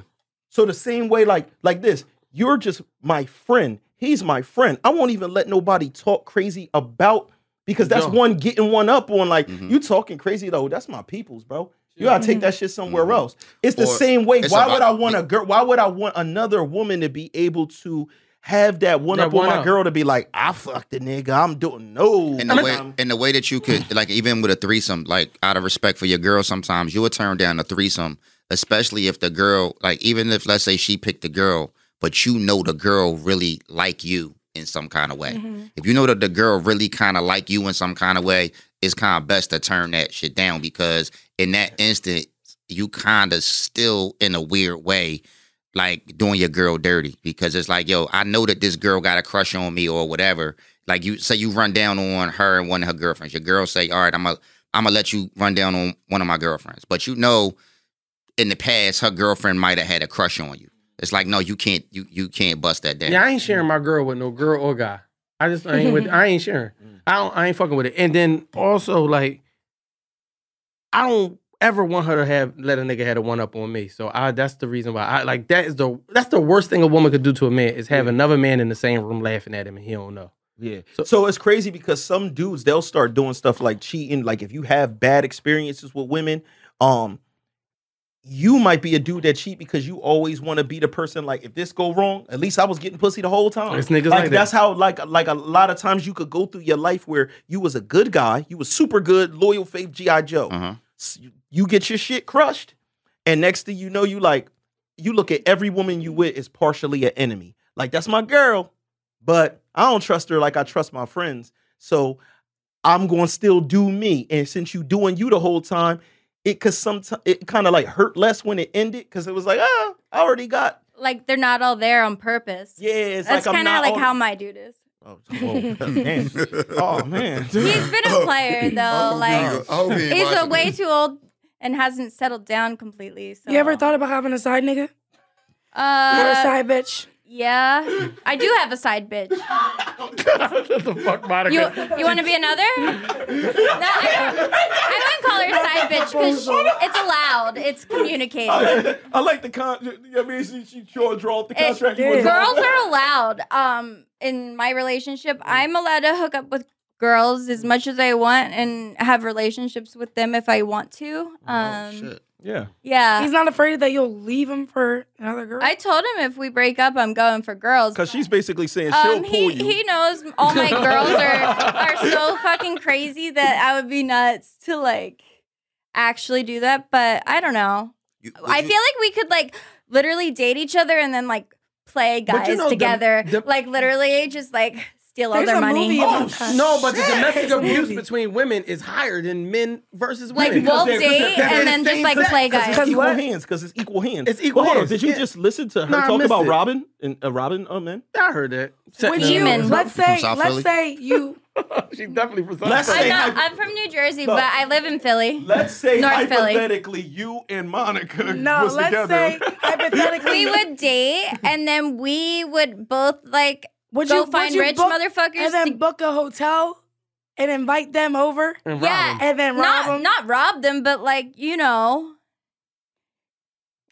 So the same way, like like this, you're just my friend. He's my friend. I won't even let nobody talk crazy about because that's
Yeah.
one getting one up on. Like
Mhm.
you talking crazy though. That's my people's, bro. You gotta
Mm-hmm.
take that shit somewhere
Mhm.
else. It's the
Or
same way.
it's
Why would I
about-
want a girl? Why would I want another woman to be able to have that one
That
up on
one
my
up.
girl to be like, I fucked the nigga. I'm doing no.
And the way
I'm-
and the way that you could like even with a threesome, like out of respect for your girl, sometimes you would turn down a threesome, especially if the girl, like even if let's say she picked the girl, but you know the girl really like you in some kind of way.
Mm-hmm.
If you know that the girl really kind of like you in some kind of way, it's kind of best to turn that shit down because in that instant, you kind of still in a weird way like doing your girl dirty because it's like, yo, I know that this girl got a crush on me or whatever. Like you say, you run down on her and one of her girlfriends. Your girl say, all right, I'm gonna I'm gonna let you run down on one of my girlfriends, but you know, in the past, her girlfriend might have had a crush on you. It's like, no, you can't, you you can't bust that down.
Yeah, I ain't sharing
Mm.
my girl with no girl or guy. I just I ain't with I ain't sharing.
Mm.
I don't I ain't fucking with it. And then also like I don't ever want her to have let a nigga had a one up on me. So I that's the reason why I like that is the that's the worst thing a woman could do to a man is have another man in the same room laughing at him and he don't know.
Yeah.
So-
So, it's crazy because some dudes they'll start doing stuff like cheating. Like if you have bad experiences with women, um, you might be a dude that cheat because you always want to be the person like if this go wrong, at least I was getting pussy the whole time.
It's niggas like that.
that's how like like a lot of times you could go through your life where you was a good guy, you was super good, loyal faith GI Joe.
Uh-huh.
S- you- You get your shit crushed, and next thing you know, you like you look at every woman you with is partially an enemy. Like that's my girl, but I don't trust her like I trust my friends. So I'm going to still do me. And since you doing you the whole time, it cause sometimes it kind of like hurt less when it ended because it was like ah, I already got
like they're not all there on purpose
yeah. It's
that's
like I'm
kind of
not
like
all-
how my dude is
Oh, whoa, man. oh man,
he's been
Oh,
a player though like he's a way too old and hasn't settled down completely so
you ever thought about having a side nigga or a
uh,
side bitch?
yeah i do have a side bitch
what the fuck, Monica?
You you want to be another? No, I, don't- I wouldn't call her side bitch because it's allowed. It's communicated.
I like the con. I mean, she, she draw, draw up the
It-
contract.
Yeah.
Eh, Girls are allowed. Um, in my relationship, I'm allowed to hook up with girls as much as I want and have relationships with them if I want to. Um,
Oh, shit.
Yeah.
Yeah.
He's not afraid that you'll leave him for another girl.
uh, I told him if we break up, I'm going for girls.
Because she's basically saying she'll
Um,
pull
he,
you.
he knows all my girls are, are so fucking crazy that I would be nuts to like actually do that. But I don't know.
You- would
I
you-
feel like we could like literally date each other and then like play
But
guys
you know, the-
together.
the-
like literally just like steal all
There's
their
a
money.
movie
Oh,
about
sh- no, but the
Shit.
domestic
It's a
abuse
movie.
between women is higher than men versus
Like,
women.
we'll
Because they're-
date
they're
and
the
then just,
same
like,
sex.
play guys.
Because
Because
equal
what?
hands. Because it's equal hands.
It's equal
but hold
hands,
on. Did you
yeah.
just listen to her
No, I
talk
missed
about
it.
Robin and uh, Robin? Oh man.
I heard that.
Would
no,
you?
no, no.
Let's
From
say,
South
let's
Philly?
say you
She's definitely from South
Let's
Philly.
I'm
say-
not I'm from New Jersey, but I live in Philly.
Let's say
North Philly.
hypothetically, you and Monica
no.
was
Let's
together.
say hypothetically
We would date and then we would both like
would
go
you
find
would you
rich
book,
motherfuckers
and
to-
then book a hotel and invite them over
And
Yeah.
Robin.
and then rob
not
them.
not rob them, but like you know,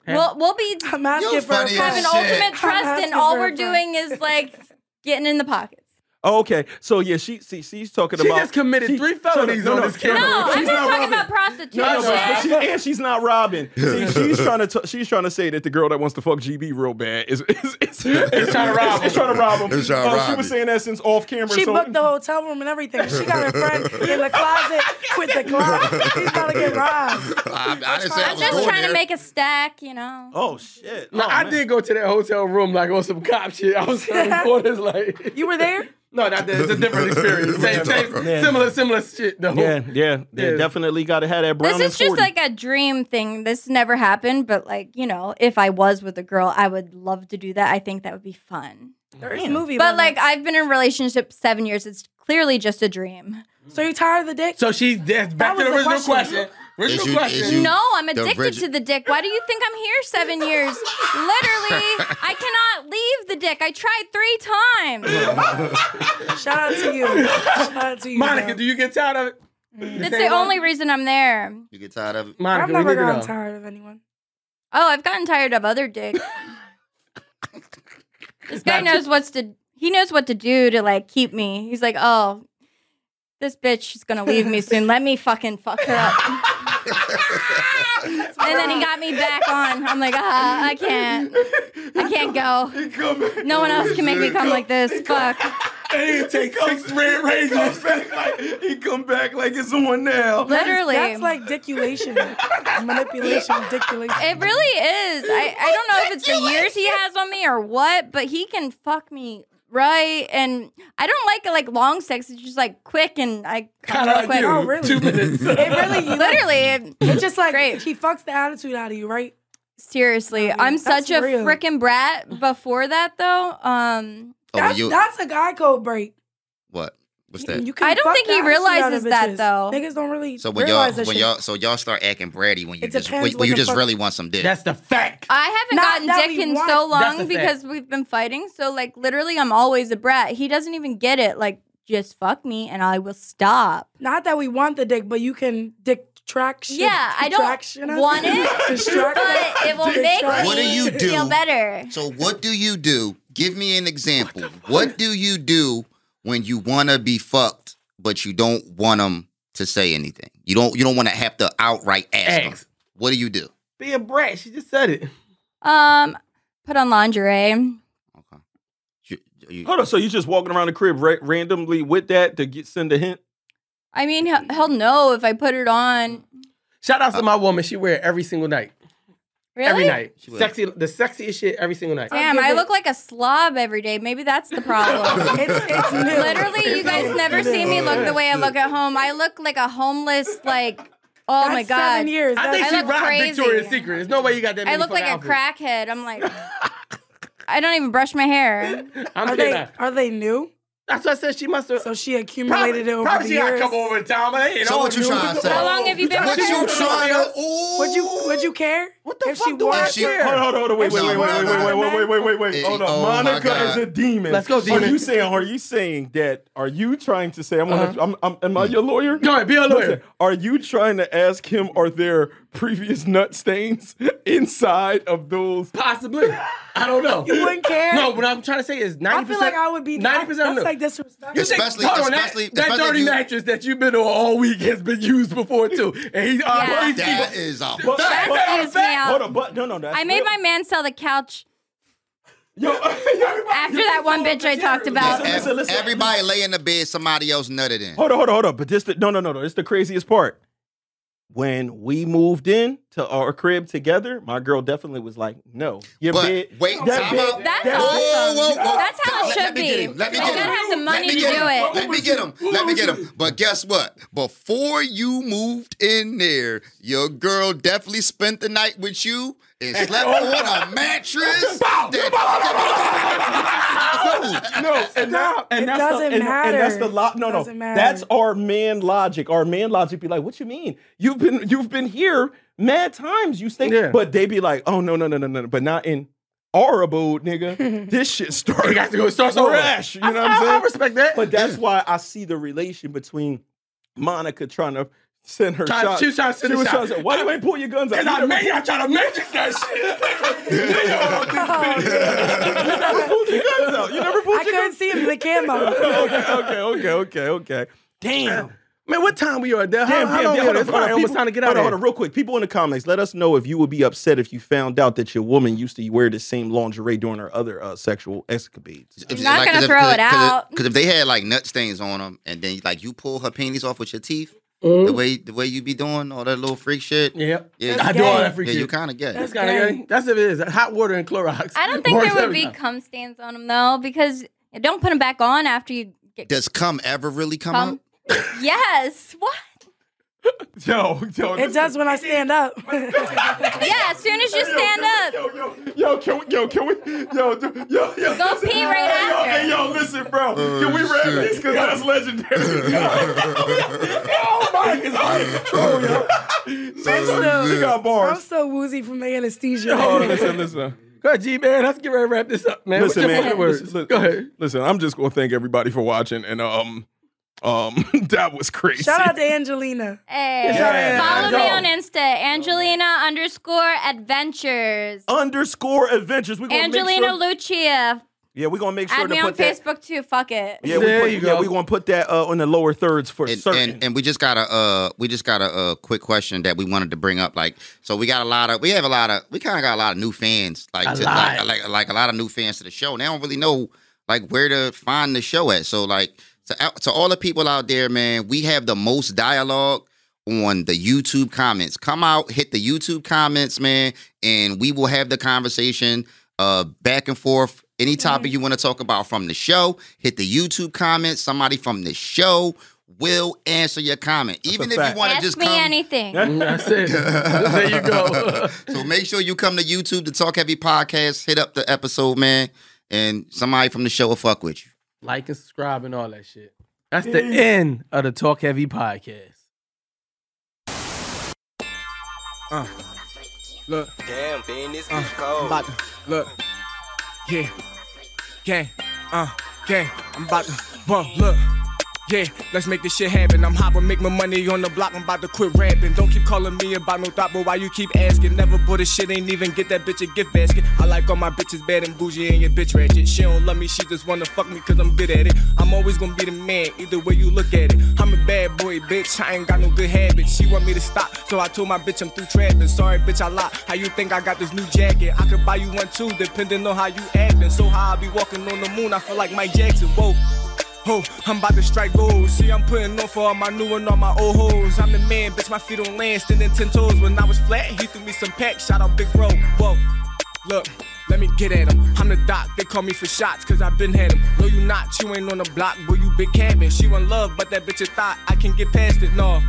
Hey.
we'll we'll be
I'm asking
You
for
funny
have
as
an
shit.
ultimate trust, and all we're
Harassment.
doing is like getting in the pockets.
Oh, okay. So yeah, she see she's talking
She
about.
just committed
she-
three felonies
no, no,
on
no.
this
No,
camera.
I'm
She's
not talking
Robin.
about prostitution.
No,
No, but- but she- and she's not robbing. See, she's trying to t- she's trying to say that the girl that wants to fuck GB real bad is is, is, is
trying to rob
Is trying to rob him.
Is trying to
Uh,
rob
she
him.
was saying that since off camera.
She
so
booked the hotel room and everything. She got her friend in the closet with the closet. She's about to get robbed.
I, I didn't say I
I'm
was
just
going
trying
there.
to make a stack, you know.
Oh shit!
No,
Oh,
I
man.
did go to that hotel room like on some cop shit. I was in the corners like
You were there?
No, not that. It's a different experience. Same, same,
Yeah.
similar, similar shit though.
Yeah, yeah, yeah.
Yeah.
Definitely got to have that brown.
This is
and
just
40.
like a dream thing. This never happened, but like you know, if I was with a girl, I would love to do that. I think that would be fun.
There's a movie.
But
about
like,
it.
I've been in a relationship seven years. It's clearly just a dream.
so you tired of the dick?
So she's that's back
That
to the
was the
original
question.
question. Original
Is you- is
question.
you-
No, I'm
the
addicted
reg-
to the dick. Why do you think I'm here seven years? Literally, I cannot leave the dick. I tried three times.
Shout out to you. Shout out to you.
Monica,
bro.
do you get tired of it?
That's the only reason I'm there.
You get tired of it.
I've
Monica, we
never
need to know.
gotten tired of anyone.
Oh, I've gotten tired of other dick. this guy knows what's to. He knows what to do to like keep me. He's like, oh, this bitch is gonna leave me soon. Let me fucking fuck her up. and then he got me back on. I'm like, ah, I can't. I can't go. No one else can make me come like this. Fuck.
Hey, it takes six red rangers.
he come back like it's on now.
Literally.
That's like diculation, manipulation, diculation.
It really is. I, I don't know if it's the years he has on me or what, but he can fuck me right. And I don't like like long sex. It's just like quick and I come
Kind of
real
like
quick.
you.
Oh, really?
Two minutes.
It really, you like,
Literally, it-
it's just like
Great.
he fucks the attitude out of you, right?
Oh,
seriously, I'm
That's
such a
real.
freaking brat. Before that though, um,
Oh,
That's,
you
that's a guy code break.
what? What's that?
You can
I don't
fuck
think
the
he
attitude out of
realizes that,
bitches.
though.
Niggas don't really
So when y'all
realize
when
that shit.
y'all so y'all start acting bratty when you
It
just when,
depends
when you
what the
just
fuck-
really want some dick.
That's the fact.
I haven't
Not that
gotten
we
dick in
want-
so
That's a
long
fact.
because we've been fighting. So like literally, I'm always a brat. He doesn't even get it. Like just fuck me and I will stop.
Not that we want the dick, but you can dick traction.
Yeah, I don't
detraction us?
want it,
Distract
But
us?
it will make me
Distract
What do you do?
feel better.
so what do you do? Give me an example. What, do you do when you want to be fucked but you don't want them to say anything? You don't you don't want to have to outright ask them.
Ask.
What do you do?
Be a brat. She just said it.
Um, put on lingerie.
Okay. You- you-
Hold on. So you just walking around the crib ra- randomly with that to get send a hint?
I mean, he'll, he'll know if I put it on.
Shout out to my woman. She wear it every single night.
Really?
Every night.
She wear it.
Sexy, the sexiest shit every single night.
Damn,
I'll give
I
it-
look like a slob every day. Maybe that's the problem.
It's, it's new.
Literally, you guys never see me look the way I look at home. I look like a homeless, like, oh
That's
my
Seven
God.
years.
I
That's-
think
I
she
look
robbed
crazy.
Victoria's Secret. There's no way you got that.
I
many
look like
fucking
a crackhead. I'm like, I don't even brush my hair.
outfits. I'm
are
kidding.
they are they new?
That's what I said. She must have.
So she
probably,
accumulated it over
probably
the
she got
years.
a couple over time. I ain't
So
all
what you
new.
trying to say?
How long have you been
what
with
you
him?
trying to? Ooh.
Would you would you care?
What the
if
fuck
she
do I
wore-
If she-
care?
Hold on, hold on, hold on, wait, wait,
No,
wait, wait,
no,
wait, wait,
no,
wait, wait, wait, wait, wait. Hold on.
Oh, my
Monica
God.
is a demon.
Let's go,
Are
demon.
you saying? Are you saying that? Are you trying to say? I'm gonna.
Uh-huh.
I'm, I'm. Am I your lawyer?
Go ahead, be a
Listen,
lawyer.
are you trying to ask him? Are there previous nut stains inside of those?
Possibly. I don't know.
You wouldn't care.
No, what I'm trying to say is
I
ninety
feel
percent.
like I would be.
90% of
That's
them.
like disrespectful.
You think-
Especially-
hold on, that-
especially-
that,
especially
dirty
you-
mattress that you've been on all week has been used before too, and he uh,
Yeah.
these
That
people.
is a
But-
That-
but-
Excuse me out.
Hold on, but no, no, that's
I made
real.
my man sell the couch
Yo,
after that one bitch I talked about.
Listen, listen, listen.
Everybody lay in the bed, somebody else nutted in.
Hold on, hold on, hold on. But this, the, no, no, no, no. It's the craziest part. When we moved in to our crib together, my girl definitely was like, "No, your
But
bed."
wait,
that
time
bed-
out.
That's
that
awesome.
bed-
That's how it
Let-
should
let me
be.
get him. Let me
You
get
gotta
him.
have the money
Let me
to
get
do
him.
it.
Let me get him. Let me get him. But guess what? Before you moved in there, your girl definitely spent the night with you and slept on a mattress. that-
No, and that, and
It
that's
doesn't
the, and,
matter.
And that's the lo- no, no.
Doesn't matter.
That's our man logic. Our man logic be like, "What you mean? You've been you've been here mad times. You stay."
Yeah.
But they be like, "Oh no, no, no, no, no." no, But not in our abode, nigga. this shit started.
You got to go start somewhere.
fresh. You know what
I-
I'm saying?
I respect that.
But that's why I see the relation between Monica trying to send her
Trying-
shot.
she was trying to send
She
a
was
shot.
trying to say, Why you ain't pull your guns out?
And
You
I
never
made I try to matrix that shit.
pulled your guns out. You never
I
pulled your
couldn't
guns
see him in the camera.
out. Okay, okay, okay, okay, okay. Damn.
Man, what time we are there? How,
Damn,
how
damn, damn.
long we are
Hold on,
there? It's
hold on,
almost
people-
time to get out
hold on,
of
hold
here.
on, real quick. People in the comments, let us know if you would be upset if you found out that your woman used to wear the same lingerie during her other uh, sexual escapades.
I'm not gonna throw it out.
Because if they had like nut stains on them, and then like you pull her panties off with your teeth, the way the way you be doing all that little freak shit.
Mm-hmm. Yep.
Yeah,
I
you-
do all
gay.
that freak
yeah,
shit.
you kind of gay.
That's kind of gay. That's if it is. Hot water and Clorox.
I don't think
More
there would be
seven.
cum stains on them though, because don't put them back on after you get
Does cum ever really come
cum.
out?
yes. What?
Yo, yo,
It does when I stand up.
Yeah. As soon as you stand up,
yo, yo, can we, yo, can we, yo, yo, yo.
go pee right after.
Hey, yo, listen, bro. Can we wrap this? Because that's legendary. oh, Mike is out of control, yo. She got
I'm
bars.
so woozy from the anesthesia.
Oh, listen, listen.
Go ahead, G man. Let's get ready to wrap this up, man.
Listen,
What's your
man.
favorite words?
Listen, listen.
Go ahead.
Listen, I'm just going to thank everybody for watching. And, um, um, that was crazy.
Shout out to Angelina.
Hey.
Yeah.
Follow me
Yo.
on Insta, Angelina underscore adventures.
Underscore adventures. We're gonna Oh, make
Angelina
sure-
Lucia.
Yeah, we're going to make sure
Add me
to
on
put that.
Facebook too. Fuck it.
Yeah,
There
we
you
put, yeah,
go.
we're going to put that uh, on the lower thirds for
and,
certain.
and and we just got a uh we just got a uh, quick question that we wanted to bring up like so we got a lot of we have a lot of we kind of got a lot of new fans like,
A
to,
lot.
like like like a lot of new fans to the show and they don't really know like where to find the show at so like to out to all the people out there man we have the most dialogue on the YouTube comments come out hit the YouTube comments man and we will have the conversation uh back and forth any
Mm-hmm.
topic you want to talk about from the show hit the YouTube comments somebody from the show will answer your comment even
a
if
fact.
you want to
Ask
just
me
come
anything.
That's Mm, it. there you go.
so make sure you come to YouTube to Talk Heavy Podcast hit up the episode man and somebody from the show will fuck with you
like and subscribe and all that shit. That's the end of the Talk Heavy podcast.
Uh.
Look,
Damn, Ben, this is cold.
about to, look, yeah, gang, uh, gang, I'm about to, whoa, look. Yeah, let's make this shit happen. I'm hopping, make my money on the block. I'm about to quit rapping. Don't keep calling me about no thought, but why you keep asking? Never bought a shit, ain't even get that bitch a gift basket. I like all my bitches bad and bougie and your bitch ratchet. She don't love me, she just wanna fuck me cause I'm good at it. I'm always gonna be the man, either way you look at it. I'm a bad boy, bitch. I ain't got no good habits. She want me to stop, so I told my bitch I'm through trapping. Sorry, bitch, I lied. How you think I got this new jacket? I could buy you one too, depending on how you acting. So high, I be walking on the moon, I feel like Mike Jackson. Whoa. Ho, I'm about to strike gold. See, I'm putting on for all my new and all my old hoes. I'm the man, bitch, my feet on land, standing ten toes. When I was flat, he threw me some packs. Shout out Big Bro. Whoa, look. Let me get at him. I'm the doc. They call me for shots, cause I've been had him. No, you not. You ain't on the block, boy, you big cabin. She want love, but that bitch a thought. I can get past it, no.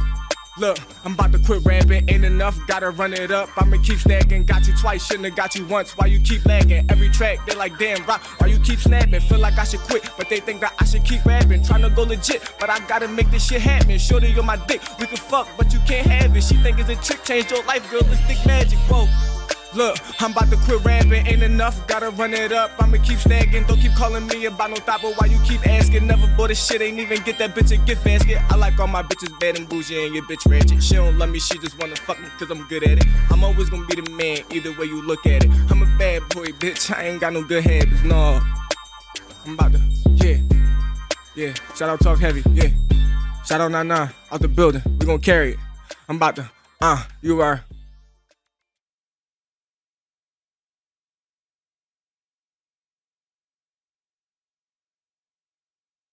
Look, I'm about to quit rapping. Ain't enough, gotta run it up. I'ma keep stacking. Got you twice, shouldn't have got you once. Why you keep lagging? Every track, they like, damn, rock. Why you keep snapping? Feel like I should quit, but they think that I should keep rapping. Tryna go legit, but I gotta make this shit happen. Shorty, you're my dick. We can fuck, but you can't have it. She think it's a trick, change your life, girl. It's thick magic, whoa. Look, I'm about to quit rapping, ain't enough, gotta run it up. I'ma keep stacking, don't keep calling me about no thought, but why you keep asking? Never bought a shit, ain't even get that bitch a gift basket. I like all my bitches bad and bougie, and your bitch ratchet. She don't love me, she just wanna fuck me cause I'm good at it. I'm always gonna be the man, either way you look at it. I'm a bad boy, bitch, I ain't got no good habits, no. I'm about to, yeah, yeah. Shout out Talk Heavy, yeah. Shout out 99 out the building. We gonna carry it. I'm about to, uh, you are